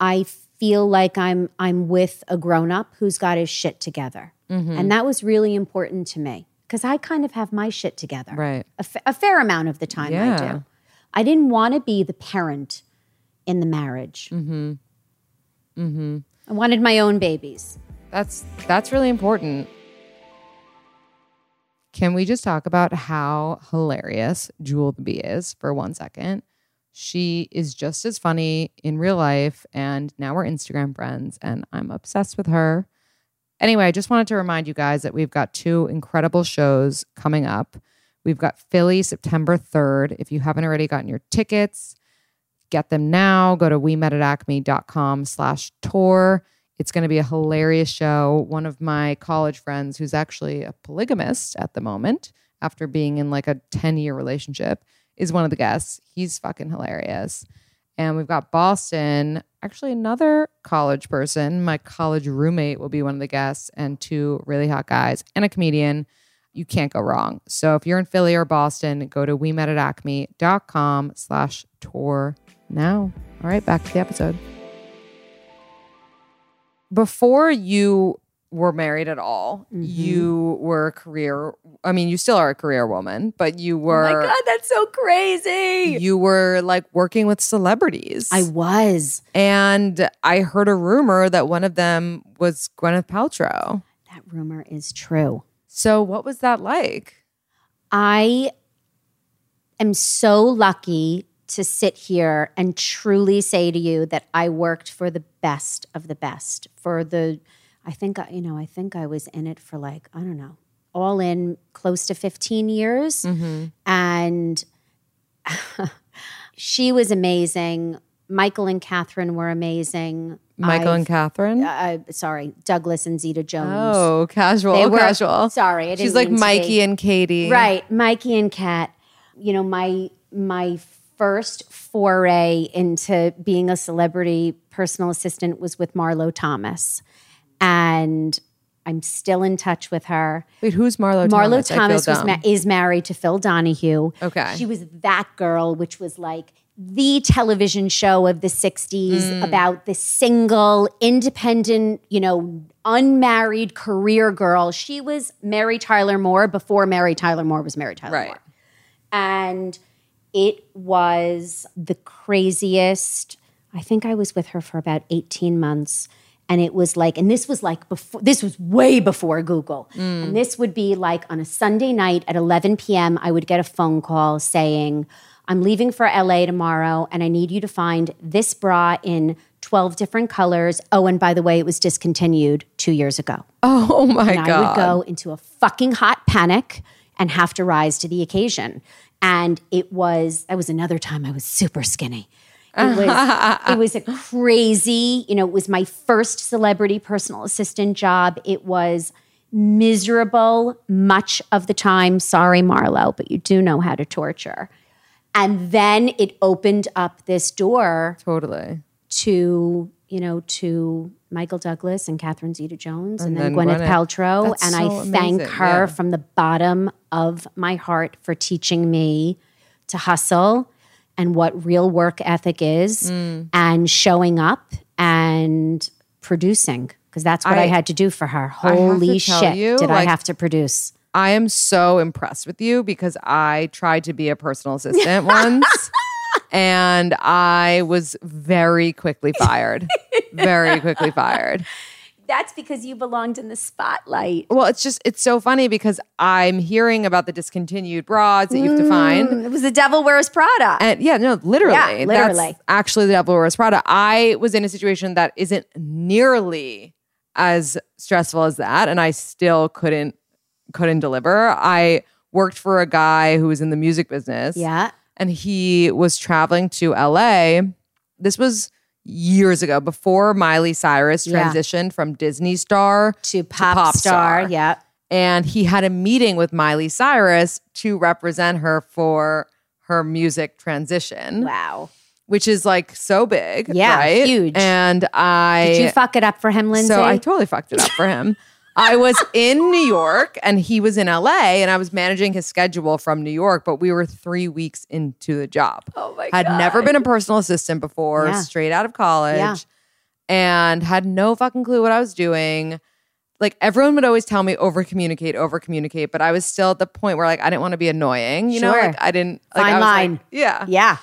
I feel like I'm I'm with a grown up who's got his shit together. And that was really important to me because I kind of have my shit together. Right. A fa- a fair amount of the time I Yeah. do. I didn't want to be the parent in the marriage. Mm-hmm. Mm-hmm. I wanted my own babies. That's that's really important. Can we just talk about how hilarious Jewel the Bee is for one second? She is just as funny in real life, and now we're Instagram friends, and I'm obsessed with her. Anyway, I just wanted to remind you guys that we've got two incredible shows coming up. We've got Philly September 3rd. If you haven't already gotten your tickets, get them now. Go to wemetatacme.com slash tour. It's going to be a hilarious show. One of my college friends, who's actually a polygamist at the moment, after being in like a 10 year relationship, is one of the guests. He's fucking hilarious. And we've got Boston, actually, another college person. My college roommate will be one of the guests, and two really hot guys and a comedian. You can't go wrong. So if you're in Philly or Boston, go to wemetatacme.com slash tour now. All right, back to the episode before you were married at all, Mm-hmm. you were a career. I mean, you still are a career woman, but you were. oh my God, that's so crazy. You were like working with celebrities. I was. and I heard a rumor that one of them was Gwyneth Paltrow. That rumor is true. So what was that like? I am so lucky to sit here and truly say to you that I worked for the best of the best. For the, I think, I- you know, I think I was in it for like, I don't know, all in close to 15 years. Mm-hmm. And she was amazing. Michael and Catherine were amazing. Michael and Catherine. Catherine? Uh, sorry, Douglas and Zeta Jones. oh, casual, They were- casual. sorry, I she's didn't like mean to Mikey be- and Katie. Right, Mikey and Kat. You know, my my first foray into being a celebrity personal assistant was with Marlo Thomas, and I'm still in touch with her. Wait, who's Marlo? Marlo Thomas, I feel Thomas was dumb. ma- is married to Phil Donahue. Okay. she was that girl, which was like the television show of the '60s Mm. about the single, independent, you know, unmarried career girl. She was Mary Tyler Moore before Mary Tyler Moore was Mary Tyler Right. Moore, and it was the craziest. I think I was with her for about 18 months. And it was like, and this was like before, this was way before Google. And this would be like on a Sunday night at 11 p.m., I would get a phone call saying, I'm leaving for LA tomorrow and I need you to find this bra in 12 different colors. Oh, and by the way, it was discontinued two years ago. Oh my And I god. would go into a fucking hot panic and have to rise to the occasion. And it was that was another time I was super skinny. It was it was a crazy, you know, it was my first celebrity personal assistant job. It was miserable much of the time. Sorry, Marlo, but you do know how to torture. And then it opened up this door Totally. to you know to Michael Douglas and Catherine Zeta-Jones and, And then Gwyneth, then Gwyneth. Paltrow, That's and so I thank amazing, her yeah. from the bottom of my heart for teaching me to hustle and what real work ethic is, Mm. and showing up and producing because that's what I, I- had to do for her. have to Holy tell shit! you, did I like- have to produce? I am so impressed with you because I tried to be a personal assistant once and I was very quickly fired. very quickly fired. That's because you belonged in the spotlight. Well, it's just, it's so funny because I'm hearing about the discontinued bras that you have to find. It was the Devil Wears Prada. And yeah, no, literally. Mm. Yeah, literally. That's actually the Devil Wears Prada. I was in a situation that isn't nearly as stressful as that, and I still couldn't couldn't deliver. I worked for a guy who was in the music business. yeah. and he was traveling to LA. This was years ago, before Miley Cyrus Yeah. transitioned from Disney star To pop, star. Yeah. And he had a meeting with Miley Cyrus to represent her for her music transition Wow. which is like so big. Yeah, right? huge. And I Did you fuck it up for him, Lindsay? so I totally fucked it up for him. I was in New York and he was in LA and I was managing his schedule from New York, but we were three weeks into the job. Oh my had God. Had never been a personal assistant before, Yeah. straight out of college, Yeah. and had no fucking clue what I was doing. Like everyone would always tell me over communicate, over communicate, but I was still at the point where like I didn't want to be annoying. You know, Sure. like I didn't like Fine I was like, line. yeah. yeah.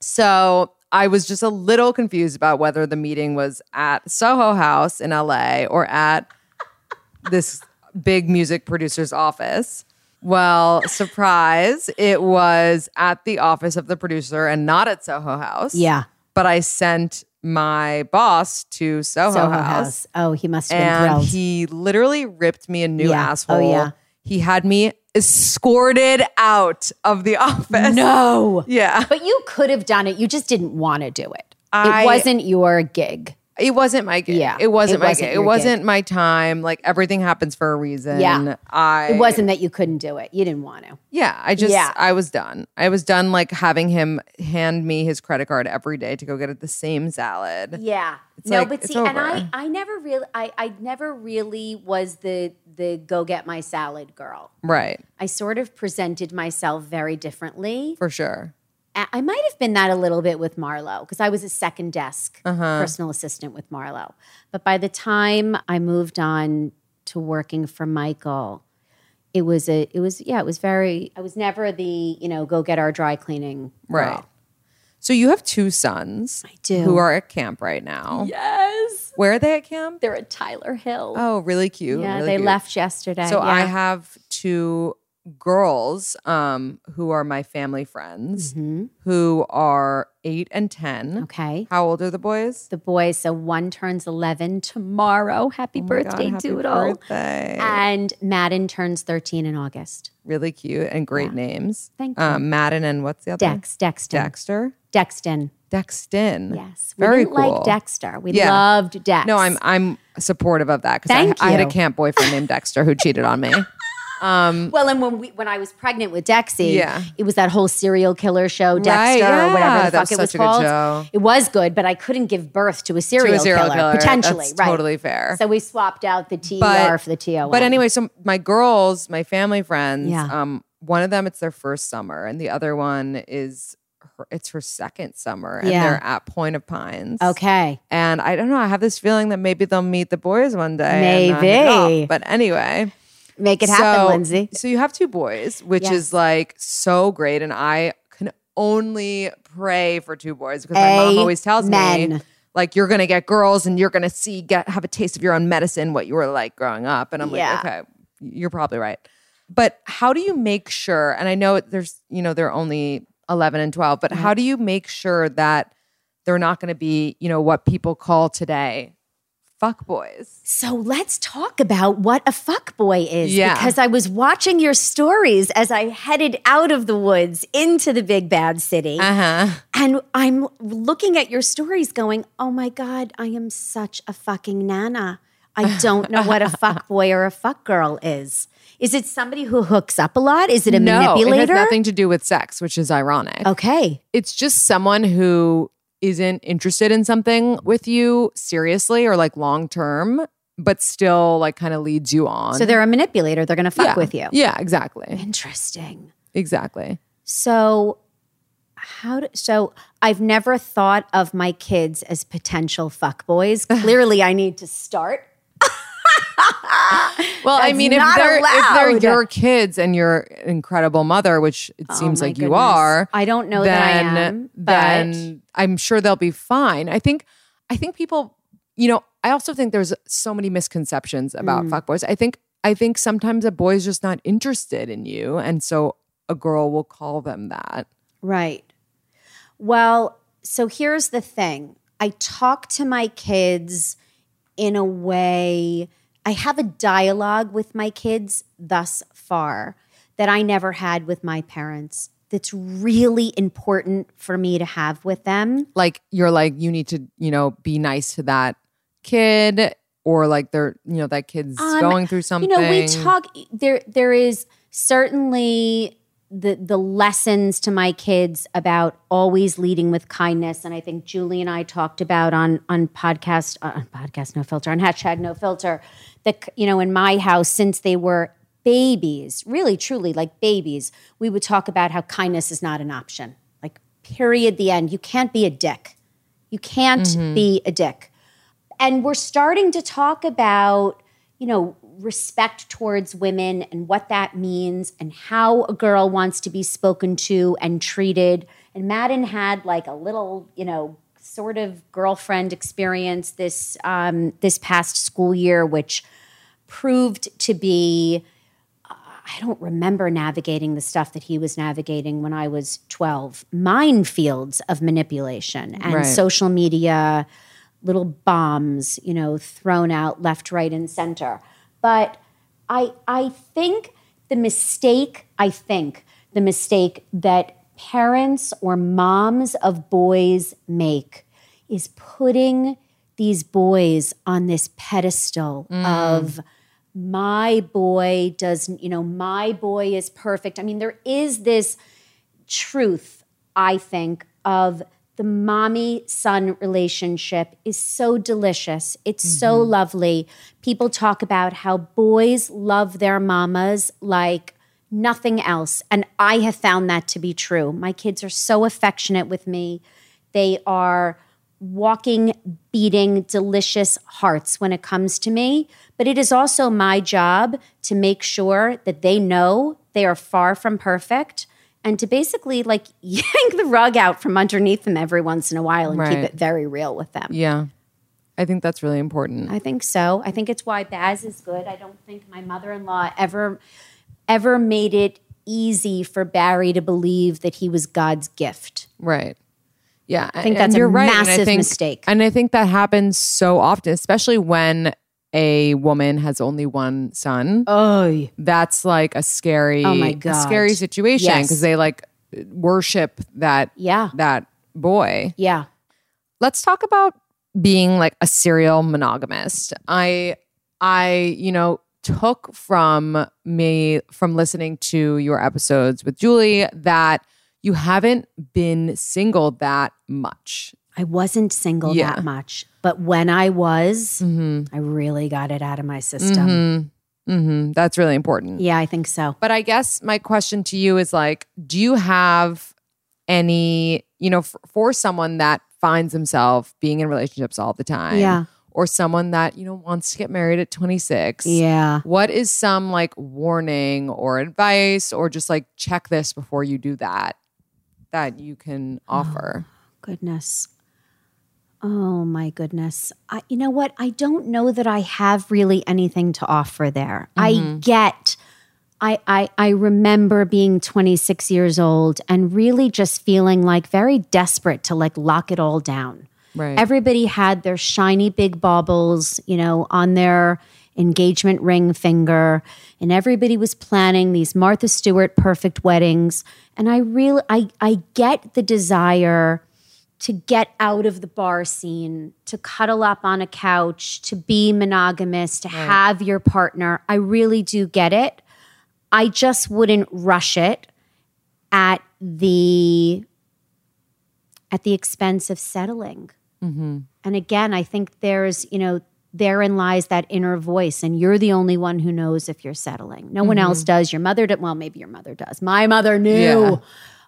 So I was just a little confused about whether the meeting was at Soho House in LA or at this big music producer's office. Well, surprise, it was at the office of the producer and not at Soho House. Yeah. But I sent my boss to Soho, Soho House House. Oh, he must have been and thrilled. he literally ripped me a new Yeah. Oh, asshole. yeah. He had me escorted out of the office. no. Yeah. But you could have done it. You just didn't want to do it. I- it wasn't your gig. It wasn't my gig. Yeah, It wasn't it my wasn't gig. It your wasn't my time. Like everything happens for a reason. Yeah. I It wasn't that you couldn't do it. You didn't want to. Yeah. I just Yeah. I was done. I was done like having him hand me his credit card every day to go get it the same salad. Yeah. It's no, like, but it's see, and I, over. I never really, I, I never really was the the go get my salad girl. Right. I sort of presented myself very differently. For sure. I I might have been that a little bit with Marlo because I was a second desk Uh-huh. personal assistant with Marlo. But by the time I moved on to working for Michael, it was a it was yeah, it was very I was never the, you know, go get our dry cleaning. girl. Right. So you have two sons I do. who are at camp right now. Yes. Where are they at camp? They're at Tyler Hill. oh, really cute. Yeah, really they cute. left yesterday. So I yeah. have two girls um, who are my family friends who are eight and 10. Mm-hmm. Okay. How old are the boys? The boys, so one turns 11 tomorrow. Happy birthday Oh God, happy to it all. birthday. And Madden turns 13 in August. Really cute and great names. Thank you. Um, Madden and what's the other? one? Dex, Dexton. Dexter. Dexton. Dexton. Yes. We Very didn't cool. like Dexter. We Yeah. loved Dex. No, I'm I'm supportive of that because Thank I, I had a you. camp boyfriend named Dexter who cheated on me. Well, and when we when I was pregnant with Dexy, Yeah. it was that whole serial killer show, Dexter yeah. or whatever the That fuck was it was such a good called. show. It was good, but I couldn't give birth to a serial, serial killer. potentially, That's right? totally fair. So we swapped out the TER E for the TON. But anyway, so my girls, my family friends, Yeah. um, one of them it's their first summer, and the other one is her, it's her second summer, and Yeah. they're at Point of Pines. okay, And I don't know. I have this feeling that maybe they'll meet the boys one day. and, uh, hit it off. Maybe. But anyway, make it happen, Lindsay. So you have two boys, which Yes. is like so great, and I can only pray for two boys because my mom always tells me Amen. like you're gonna get girls and you're gonna see get have a taste of your own medicine what you were like growing up, and I'm Yeah. like, okay, you're probably right. But how do you make sure? And I know it- there's you know they're only 11 and 12, but Mm-hmm. how do you make sure that they're not gonna be you know what people call today fuck boys? So let's talk about what a fuckboy is. Yeah. Because I was watching your stories as I headed out of the woods into the big bad city. Uh huh. And I'm looking at your stories going, oh my God, I am such a fucking nana. I don't know what a fuck boy or a fuck girl is. Is it somebody who hooks up a lot? Is it a no, manipulator? it has nothing to do with sex, which is ironic. okay. It's just someone who isn't interested in something with you seriously or like long term, but still like kind of leads you on. So they're a manipulator. They're going to fuck yeah. with you. Yeah, exactly. Interesting. Exactly. So, how do, so I've never thought of my kids as potential fuck boys. Clearly, I need to start. Well, I That's mean, if not they're if allowed. Oh they're your kids and your incredible mother, which it seems my like you goodness. are, I don't know that I then, am, but- then I'm sure they'll be fine. I think, I think people, you know, I also think there's so many misconceptions about Mm. fuckboys. I think, I think sometimes a boy's just not interested in you, and so a girl will call them that. Right. Well, so here's the thing I talk to my kids in a way, I have a dialogue with my kids thus far that I never had with my parents. That's really important for me to have with them. Like you're like you need to, you know, be nice to that kid, or like they're, you know, that kid's Um, going through something. You know, we talk there there is certainly the the lessons to my kids about always leading with kindness and i think julie and i talked about on on podcast uh, on podcast no filter on hashtag no filter that you know in my house since they were babies really truly like babies we would talk about how kindness is not an option like period the end you can't be a dick you can't Mm-hmm. be a dick and we're starting to talk about you know respect towards women and what that means and how a girl wants to be spoken to and treated and madden had like a little you know sort of girlfriend experience this um, this past school year which proved to be I don't remember navigating the stuff that he was navigating when I was 12 minefields of manipulation and Right. social media, little bombs, you know, thrown out left, right, and center. But I, I think the mistake, I think the mistake that parents or moms of boys make is putting these boys on this pedestal of my boy doesn't, you know, my boy is perfect. I mean, there is this truth, I think, of the mommy son relationship is so delicious. It's so lovely. People talk about how boys love their mamas like nothing else. And I have found that to be true. My kids are so affectionate with me. They are walking, beating, delicious hearts when it comes to me. But it is also my job to make sure that they know they are far from perfect and to basically like yank the rug out from underneath them every once in a while and keep Right. it very real with them. Yeah. I think that's really important. I think so. I think it's why Baz is good. I don't think my mother-in-law ever ever made it easy for Barry to believe that he was God's gift. Right. Yeah. I think that's a you're right. and I massive think, mistake. And I think that happens so often, especially when a woman has only one son. Oh, That's like a scary Oh my a God. scary situation Yes. because they like worship that Yeah. that boy. yeah. let's talk about being like a serial monogamist. I I, you know, took from me from listening to your episodes with Julie that you haven't been single that much. I wasn't single Yeah. that much, but when I was, Mhm. I really got it out of my system. Mm-hmm. Mhm. That's really important. Yeah, I think so. But I guess my question to you is like, do you have any, you know, for, for someone that finds themselves being in relationships all the time Yeah. or someone that, you know, wants to get married at 26? Yeah. What is some like warning or advice or just like check this before you do that that you can offer? Goodness. Oh my goodness. I, you know what? I don't know that I have really anything to offer there. I get I, I I remember being 26 years old and really just feeling like very desperate to like lock it all down. Right. Everybody had their shiny big baubles, you know, on their engagement ring finger, and everybody was planning these Martha Stewart perfect weddings. And I really, I, I get the desire to get out of the bar scene, to cuddle up on a couch, to be monogamous, to have your partner. I really do get it. I just wouldn't rush it at the at the expense of settling. And again, I think there's, you know, therein lies that inner voice, and you're the only one who knows if you're settling. No one else does. Your mother, did, well, maybe your mother does. My mother knew. Yeah.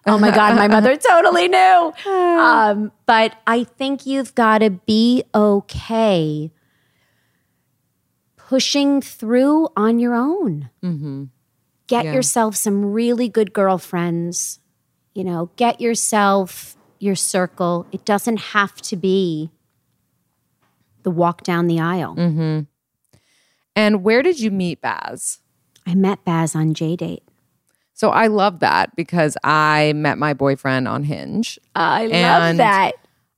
Oh my God, my mother totally knew. Um, but I think you've got to be okay pushing through on your own. Get yourself some really good girlfriends. You know, get yourself your circle. It doesn't have to be the walk down the aisle. And where did you meet Baz? I met Baz on J Date. So I love that because I met my boyfriend on Hinge. I And-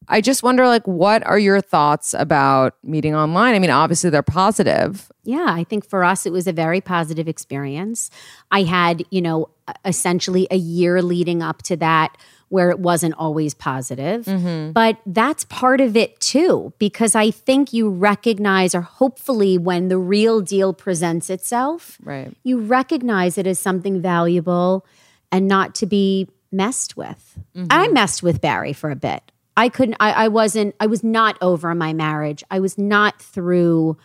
I just wonder like what are your thoughts about meeting online? I mean, obviously they're positive. Yeah, I think for us it was a very positive experience. I had, you know, e, essentially a year leading up to that where it wasn't always positive. But that's part of it too, because I think you recognize, or hopefully, when the real deal presents itself, Right. you recognize it as something valuable and not to be messed with. I messed with Barry for a bit. I couldn't, I, I wasn't, I was not over my marriage. I was not through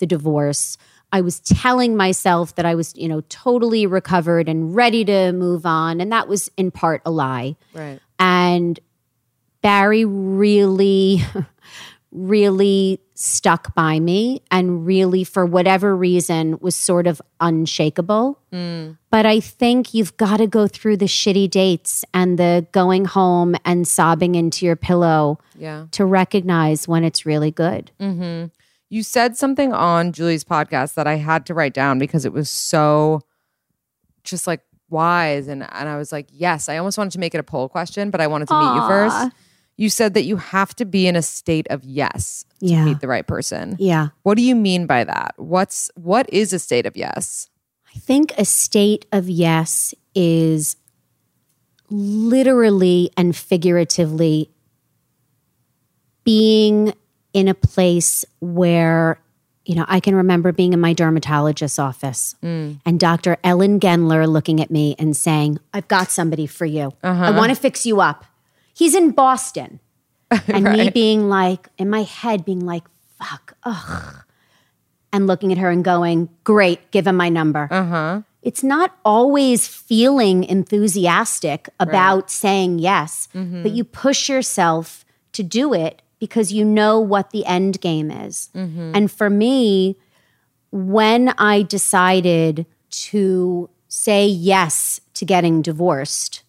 the divorce. I was telling myself that I was, you know, totally recovered and ready to move on. And that was in part a lie. Right. And Barry really, really stuck by me and really, for whatever reason, was sort of unshakable. But I think you've got to go through the shitty dates and the going home and sobbing into your pillow Yeah. to recognize when it's really good. You said something on Julie's podcast that I had to write down because it was so just like wise. And, and I was like, yes, I almost wanted to make it a poll question, but I wanted to meet you first. You said that you have to be in a state of yes to Yeah. meet the right person. Yeah. What do you mean by that? What's what is a state of yes? I think a state of yes is literally and figuratively being in a place where, you know, I can remember being in my dermatologist's office and Dr. Ellen Genler looking at me and saying, I've got somebody for you. I want to fix you up. He's in Boston. And me being like, in my head, being like, fuck, and looking at her and going, Great, give him my number. It's not always feeling enthusiastic about saying yes, but you push yourself to do it because you know what the end game is. And for me, when I decided to say yes to getting divorced,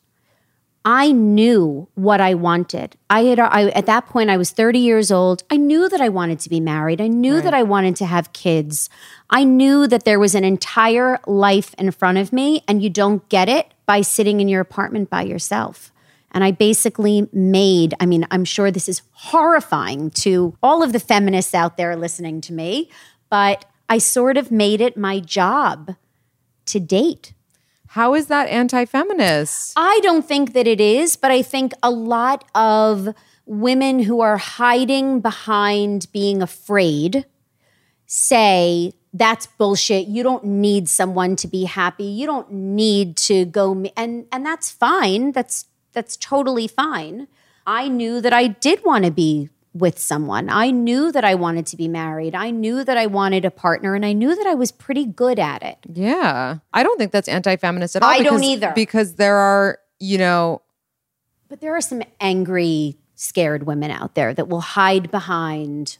I knew what I wanted. I had I, at that point I was 30 years old. I knew that I wanted to be married. I knew that I wanted to have kids. I knew that there was an entire life in front of me and you don't get it by sitting in your apartment by yourself. And I basically made, I mean, I'm sure this is horrifying to all of the feminists out there listening to me, but I sort of made it my job to date. How is that anti-feminist? I don't think that it is, but I think a lot of women who are hiding behind being afraid say, that's bullshit. You don't need someone to be happy. You don't need to go me-" and and that's fine. That's that's totally fine. I knew that I did want to be with someone. I knew that I wanted to be married. I knew that I wanted a partner and I knew that I was pretty good at it. Yeah. I don't think that's anti-feminist at all. I don't because- either. Because there are, you know, But there are some angry, scared women out there that will hide behind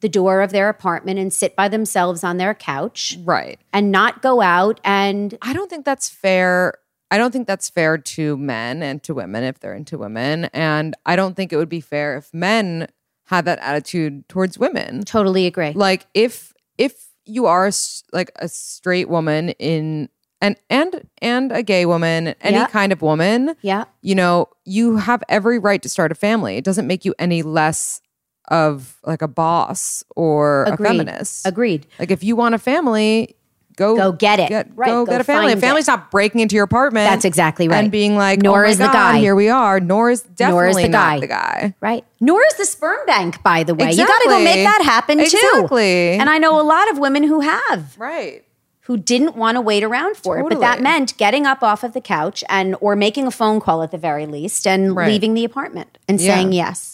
the door of their apartment and sit by themselves on their couch right. and not go out and I don't think that's fair. I don't think that's fair to men and to women if they're into women. And I don't think it would be fair if men had that attitude towards women. totally agree. Like if if you are a s- like a straight woman in and and and a gay woman, any Yeah. kind of woman, yeah. you know, you have every right to start a family. It doesn't make you any less of like a boss or Agreed. a feminist. Agreed. Like if you want a family, go Go get it. Right, go, go get a family. A find it. family's not breaking into your apartment. That's exactly right. And being like, Nor oh my is the God, guy. Here we are. Nor is definitely Nor is the not guy. the guy. Right. Nor is the sperm bank, by the way. You got to go Exactly. make that happen too. Exactly. And I know a lot of women who have, Right. who didn't want to wait around for it, but that Totally. meant getting up off of the couch and or making a phone call at the very least and Right. leaving the apartment and Yeah. saying yes.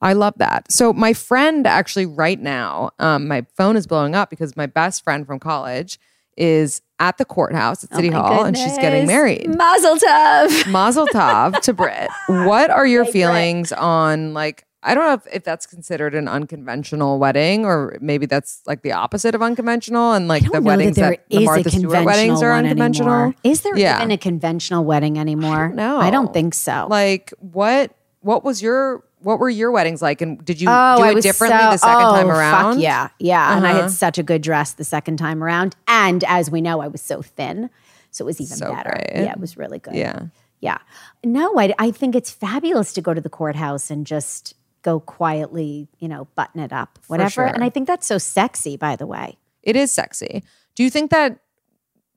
I love that. So my friend actually right now, um, my phone is blowing up because my best friend from college is at the courthouse at City Hall and she's getting married. Oh Mazel tov. Mazel tov to Brit. What are your feelings on like? I don't know if, if that's considered an unconventional wedding, or maybe that's like the opposite of unconventional, and like the weddings there that, is the Martha Stewart weddings are one unconventional. anymore. Is there Yeah. even a conventional wedding anymore? No, I don't think so. Like what? What was your? What were your weddings like? And did you oh, do I it was differently so- the second oh, time around? Uh-huh. Fuck yeah, yeah. And I had such a good dress the second time around, and as we know, I was so thin, so it was even So better. great. Yeah, it was really good. yeah. yeah. No, I, I think it's fabulous to go to the courthouse and just go quietly, you know, button it up, whatever. sure. And I think that's so sexy, by the way. It is sexy. Do you think that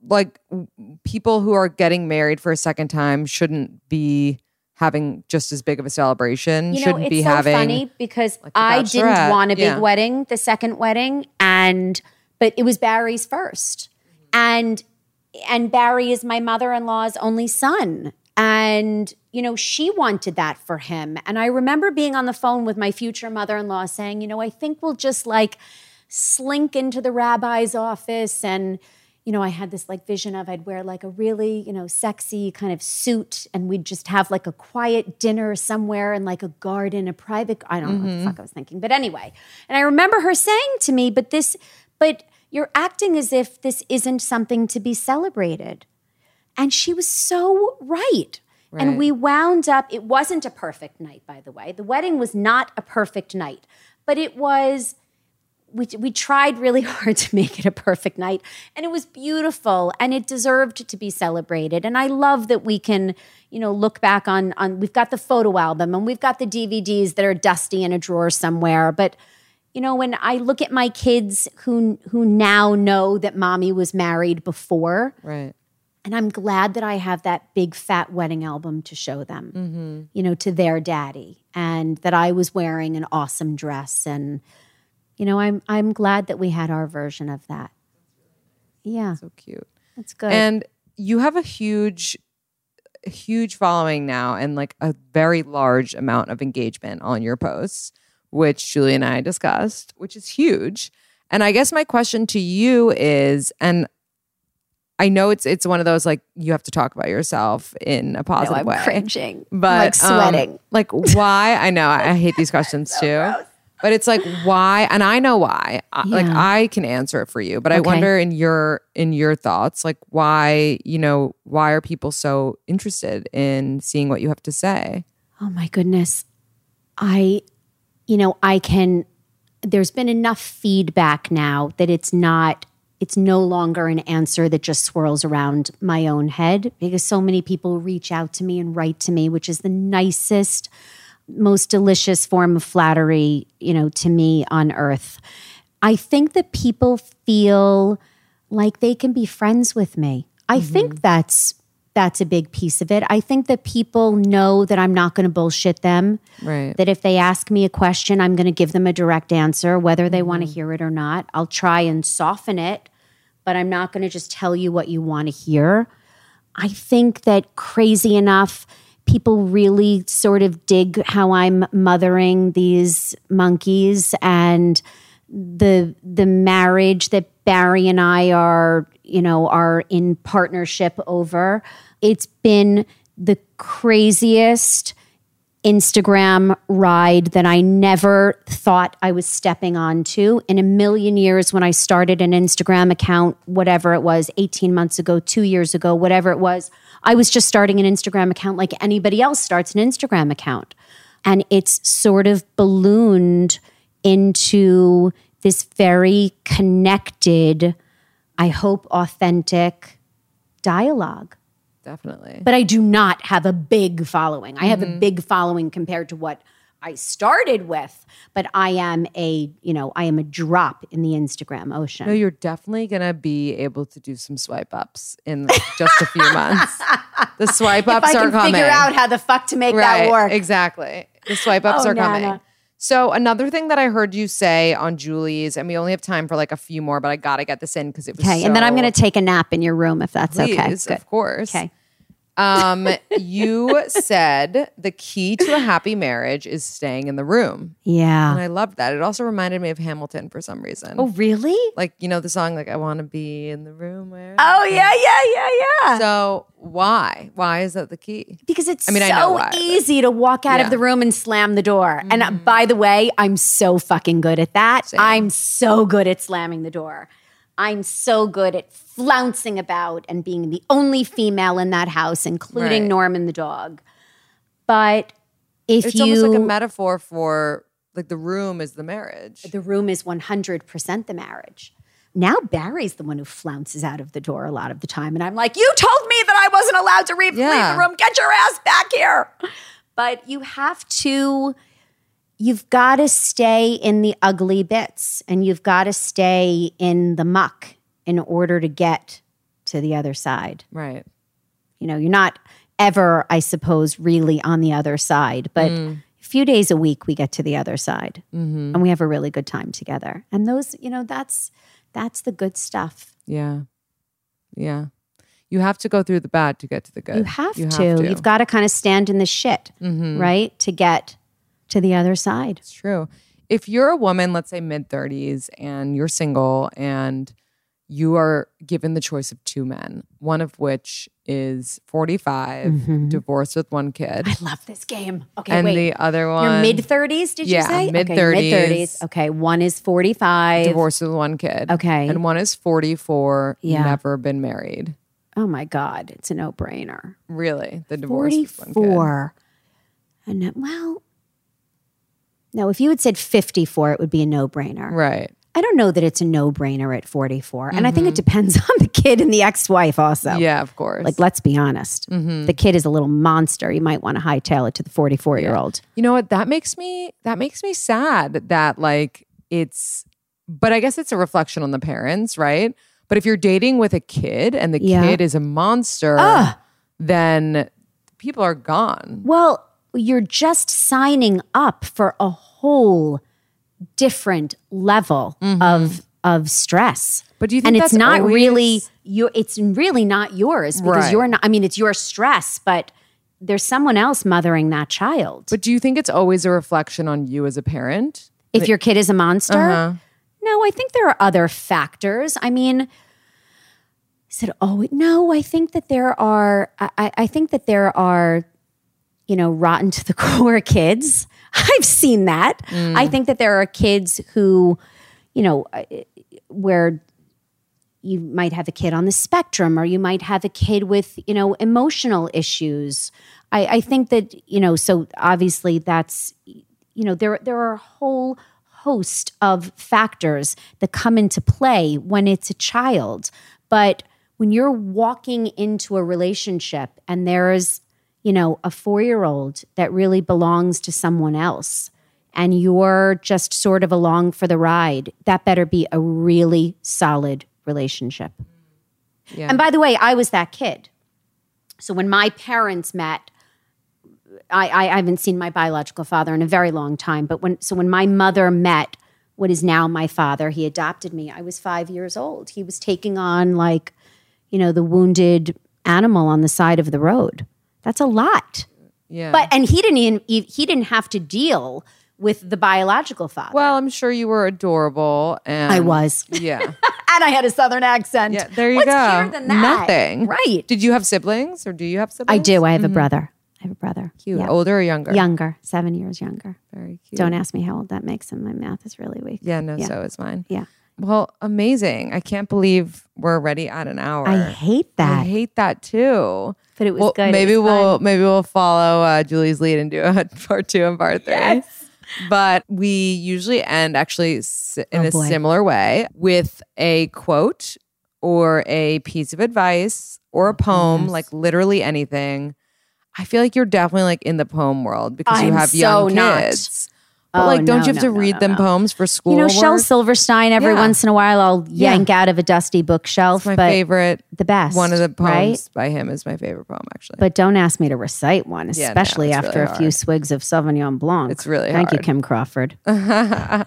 like w- people who are getting married for a second time shouldn't be having just as big of a celebration? You know, shouldn't it's be so having funny because the I didn't bachelorette. want a big Yeah. wedding, the second wedding, and but it was Barry's first, and and Barry is my mother-in-law's only son. And you know, she wanted that for him. And I remember being on the phone with my future mother-in-law saying, you know, I think we'll just like slink into the rabbi's office and you know, I had this like vision of I'd wear like a really, you know, sexy kind of suit and we'd just have like a quiet dinner somewhere in like a garden, a private, I don't know what the fuck I was thinking. But anyway, and I remember her saying to me, but this, but you're acting as if this isn't something to be celebrated. And she was so right. And we wound up, it wasn't a perfect night, by the way. The wedding was not a perfect night, but it was we, we tried really hard to make it a perfect night and it was beautiful and it deserved to be celebrated and i love that we can you know look back on on we've got the photo album and we've got the dvds that are dusty in a drawer somewhere but you know when i look at my kids who who now know that mommy was married before Right. and i'm glad that i have that big fat wedding album to show them Mm-hmm. you know to their daddy and that i was wearing an awesome dress and you know, I'm I'm glad that we had our version of that. Yeah, So cute. that's good. And you have a huge, huge following now and like a very large amount of engagement on your posts, which Julie and I discussed, which is huge. And I guess my question to you is, and I know it's it's one of those like you have to talk about yourself in a No, positive I'm way. cringing, But like um, sweating. like why? I know I, I hate these questions too. But it's like why, and I know why. I- Like Yeah. I can answer it for you, but I Okay. wonder in your in your thoughts, like why you know why are people so interested in seeing what you have to say? oh my goodness, I, you know, I can. There's been enough feedback now that it's not. It's no longer an answer that just swirls around my own head because so many people reach out to me and write to me, which is the nicest, most delicious form of flattery, you know, to me on earth. I think that people feel like they can be friends with me. I think that's that's a big piece of it. I think that people know that I'm not going to bullshit them. Right. That if they ask me a question, I'm going to give them a direct answer whether they want to hear it or not. I'll try and soften it, but I'm not going to just tell you what you want to hear. I think that crazy enough, people really sort of dig how I'm mothering these monkeys and the the marriage that Barry and I are, you know, are in partnership over. It's been the craziest Instagram ride that I never thought I was stepping onto in a million years when I started an Instagram account, whatever it was, 18 months ago, two years ago, whatever it was. I was just starting an Instagram account like anybody else starts an Instagram account. And it's sort of ballooned into this very connected, I hope authentic dialogue Definitely. but I do not have a big following. I have Mm-hmm. a big following compared to what I started with, but I am a, you know, I am a drop in the Instagram ocean. No, you're definitely gonna be able to do some swipe ups in like, just a few months. The swipe if ups I are can coming. figure out how the fuck to make right, that work. Exactly. The swipe ups Oh, are coming. Nana. So another thing that I heard you say on Julie's, and we only have time for like a few more, but I gotta get this in because it was Okay, and then I'm so- going to take a nap in your room if that's okay. Please, Good. of course. Okay. Um, you said the key to a happy marriage is staying in the room, and Yeah. I loved that. It also reminded me of Hamilton for some reason. Oh, really? Like you know the song, like I want to be in the room where. Oh, yeah, yeah, yeah, yeah. So why? Why is that the key? because it's I mean, I so know why, but- easy to walk out Yeah. of the room and slam the door. And uh, by the way, I'm so fucking good at that. I'm so good at slamming the door. I'm so good at flouncing about and being the only female in that house, including Right. Norman the dog. But if It's you, almost like a metaphor for like the room is the marriage. the room is 100% the marriage. Now Barry's the one who flounces out of the door a lot of the time. And I'm like, you told me that I wasn't allowed to re- Yeah. leave the room. Get your ass back here. But you have to, you've got to stay in the ugly bits and you've got to stay in the muck in order to get to the other side. Right. You know, you're not ever, I suppose, really on the other side, but Mm. a few days a week we get to the other side Mm-hmm. and we have a really good time together. And those, you know, that's that's the good stuff. Yeah. Yeah. you have to go through the bad to get to the good. You have, to. You've got to kind of stand in the shit, Mm-hmm. right? To get to the other side. It's true. If you're a woman, let's say mid 30s, and you're single and you are given the choice of two men, one of which is 45, divorced with one kid, Mm-hmm. I love this game. Okay, and wait. the other Your one mid 30s, did Yeah, you say? Okay, mid-thirties. mid-thirties. Okay, one is 45. divorced with one kid. Okay. And one is 44, Yeah. never been married. Oh my God, it's a no brainer. Really, the divorce with one kid. 44. And that- well, no, if you had said 54, it would be a no brainer. Right. I don't know that it's a no brainer at 44. And I think Mm-hmm. it depends on the kid and the ex wife also. Yeah, of course. Like, let's be honest. Mm-hmm. The kid is a little monster. You might want to hightail it to the 44 year old. You know what? That makes me that makes me sad that like it's but I guess it's a reflection on the parents, right? But if you're dating with a kid and the Yeah. kid is a monster, then people are gone. Well, you're just signing up for a whole different level of of stress. Mm-hmm. But do you think and that's it's not always- really your it's really not yours because Right. you're not I mean it's your stress, but there's someone else mothering that child. But do you think it's always a reflection on you as a parent? if your kid is a monster. No, I think there are other factors. I mean, I said, oh it- no, I think that there are. I- I, I think that there are, you know, rotten to the core kids. I've seen that. I think that there are kids who, you know, uh, where you might have a kid on the spectrum or you might have a kid with you know emotional issues i, I think that you know so obviously that's you know there there are a whole host of factors that come into play when it's a child but when you're walking into a relationship and there is you know a 4-year-old that really belongs to someone else and you're just sort of along for the ride that better be a really solid relationship and by the way i was that kid so when my parents met I, I I haven't seen my biological father in a very long time, but when so when my mother met what is now my father, he adopted me. I was five years old. He was taking on like, you know, the wounded animal on the side of the road. That's a lot. Yeah. But and he didn't even e, he didn't have to deal with the biological father. well, I'm sure you were adorable and I was, Yeah. and I had a southern accent. Yeah. There you What's go. cuter than that? Nothing. right? Did you have siblings or do you have siblings? I do. I have a brother. I have a brother. Mm-hmm. Cute. Yeah. Older or younger? Younger, seven years younger. Very cute. Don't ask me how old that makes him. My math is really weak. Yeah, no, so is mine. Yeah. Well, amazing. I can't believe we're already at an hour. I hate I that. hate that too. But it was well, good. It Maybe was we'll fun. maybe we'll follow uh, Julie's lead and do a part two and part three. But we usually end actually s- in Oh, a boy. similar way with a quote or a piece of advice or Oh, a poem, like literally anything. I feel like you're definitely like in the poem world because you I'm have so young not. kids. But Oh, like, don't no, you have no, to no, read no, them no. poems for school? You know, Shel work? Silverstein. Every Yeah. once in a while, I'll Yeah. yank out of a dusty bookshelf. It's my but favorite. The best. One of the poems right? by him is my favorite poem, actually. But don't ask me to recite one, Yeah, no, especially it's after really a few hard. swigs of Sauvignon Blanc. It's really Thank hard. you, Kim Crawford.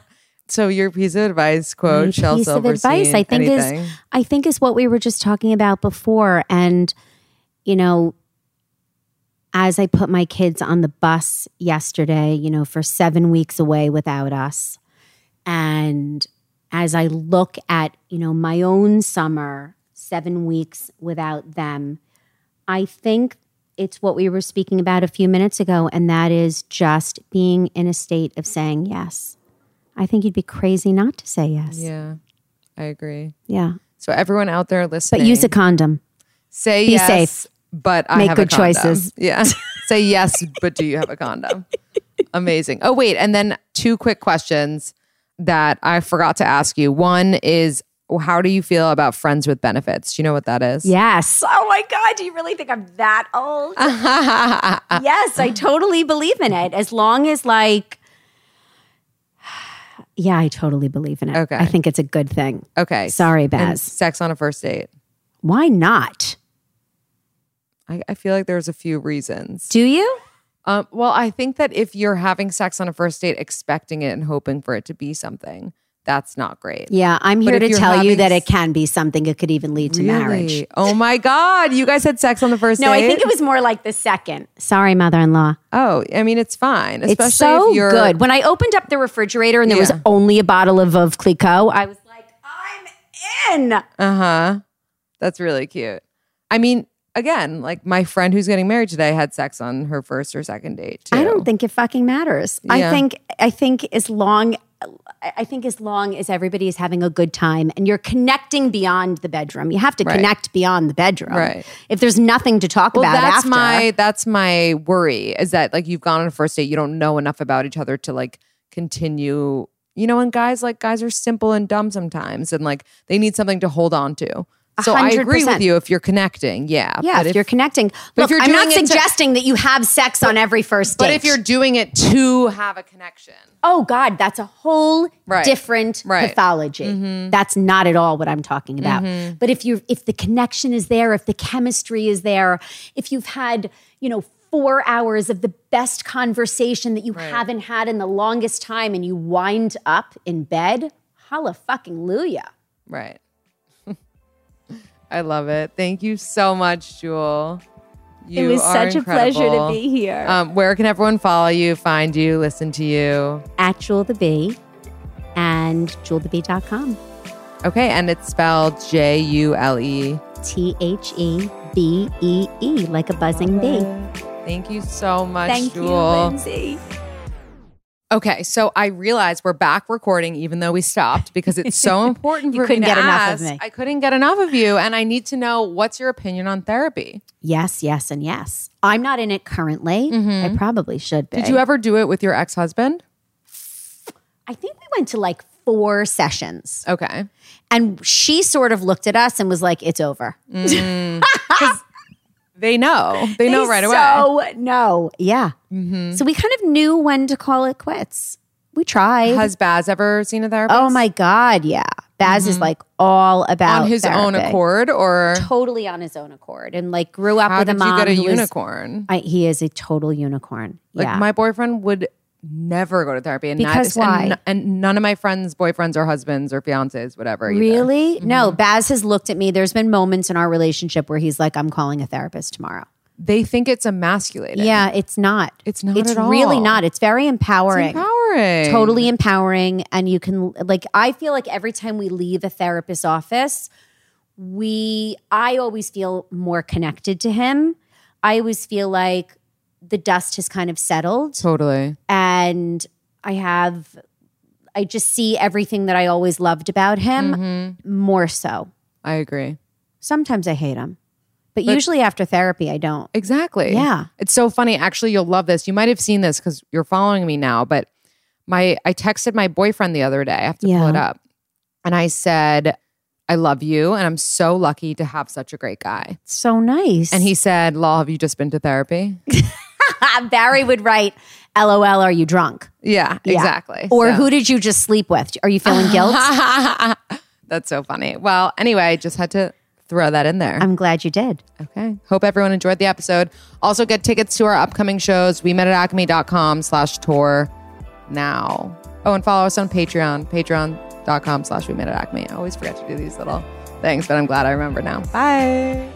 so your piece of advice, My quote, Shel Mm, piece of Silverstein. advice I think anything. is I think is what we were just talking about before and you know as I put my kids on the bus yesterday, you know, for 7 weeks away without us and as I look at, you know, my own summer 7 weeks without them, I think it's what we were speaking about a few minutes ago and that is just being in a state of saying yes. I think you'd be crazy not to say yes. Yeah, I agree. Yeah. So everyone out there But listening, use a condom. say be yes, safe. but I Make have a good condom. choices. Yeah, say yes, but do you have a condom? Amazing. Oh wait, and then two quick questions that I forgot to ask you. One is, how do you feel about friends with benefits? Do you know what that is? Yes. Oh my God. Do you really think I'm that old? yes, I totally believe in it. As long as, like, yeah, I totally believe in it. Okay. I think it's a good thing. Okay. Sorry, And Baz. sex on a first date. Why not? I, I feel like there's a few reasons. Do you? Um, well, I think that if you're having sex on a first date, expecting it and hoping for it to be something, that's not great. Yeah, I'm But here if to you're tell you having that s- it can be something. It could even lead to marriage. Really? Oh my God. You guys had sex on the first No, date? I think it was more like the second. Sorry, mother in law. Oh, I mean, it's fine. Especially It's so if you're good. When I opened up the refrigerator and there was Yeah. only a bottle of Veuve Clicquot, I was like, I'm in. Uh huh. That's really cute. I mean, again, like my friend who's getting married today had sex on her first or second date. Too. I don't think it fucking matters. Yeah. I think I think as long I I think as long as everybody is having a good time and you're connecting beyond the bedroom, you have to Right. connect beyond the bedroom. Right. If there's nothing to talk Well, about that's after, my that's my worry is that like you've gone on a first date, you don't know enough about each other to like continue. You know, and guys like guys are simple and dumb sometimes, and like they need something to hold on to. So I agree with 100%. you if you're connecting. Yeah. yeah, but if, you're connecting. but Look, if you're I'm not doing it to- suggesting that you have sex on every first date. but if you're doing it to have a connection, oh God, that's a whole Right. different Right. Mm-hmm. pathology. That's not at all what I'm talking about. But if you if the connection is there, if the chemistry is there, if you've had, you know, four hours of the best conversation that you haven't had in the longest time and you wind up in bed, holla fucking luya. right? I love it. Thank you so much, Jewel. You it was are such a pleasure to incredible. be here. Um, where can everyone follow you, find you, listen to you? At Jewel the Bee and jewelthebee.com. Okay, and it's spelled J U L E. T H E B E E, like a buzzing bee. Thank you so much, Thank you, Jewel. Lindsay. okay, so I realized we're back recording, even though we stopped, because it's so important You for couldn't me to get enough ask. of me. I couldn't get enough of you, and I need to know what's your opinion on therapy. Yes, yes, and yes. I'm not in it currently. I probably should be. Mm-hmm. Did you ever do it with your ex husband? I think we went to like four sessions, Okay, and she sort of looked at us and was like, "It's over." they know. They know right away. Mm-hmm. So no, yeah. So we kind of knew when to call it quits. We tried. Has Baz ever seen a therapist? oh my god, yeah. Baz is like all about Mm-hmm. On his own Oh, therapy. accord, or totally on his own accord, and like grew up how with did a mom. you get a who was- unicorn? I, he is a total unicorn. Like yeah. my boyfriend would never go to therapy, and Because neither- and why? n- And, none of my friends' boyfriends or husbands or fiancés, whatever. either. Really? No, Mm-hmm. Baz has looked at me. There's been moments in our relationship where he's like, I'm calling a therapist tomorrow. They think it's emasculating. Yeah, it's not. It's not It's at all. really not. It's very It's empowering. empowering. Totally empowering. And you can, like, I feel like every time we leave a therapist's office, we, I always feel more connected to him. I always feel like the dust has kind of settled Totally. and I have I just see everything that I always loved about him Mm-hmm. more so. I agree. Sometimes I hate him, but, usually after therapy I don't. Exactly. Yeah. It's so funny. Actually, you'll love this. You might have seen this because you're following me now, but my I texted my boyfriend the other day. I have to pull Yeah. it up. And I said, I love you and I'm so lucky to have such a great guy. It's so nice. And he said, Law, have you just been to therapy? Ah, Barry would write, "LOL, are you drunk?" Yeah, Yeah. exactly. Or So- who did you just sleep with? Are you feeling guilt? That's so funny. Well, anyway, just had to throw that in there. I'm glad you did. Okay. Hope everyone enjoyed the episode. Also get tickets to our upcoming shows. We met at acme.com slash tour now. Oh, and follow us on Patreon, patreon.com slash we met at acme. I always forget to do these little things, but I'm glad I remember now. Bye.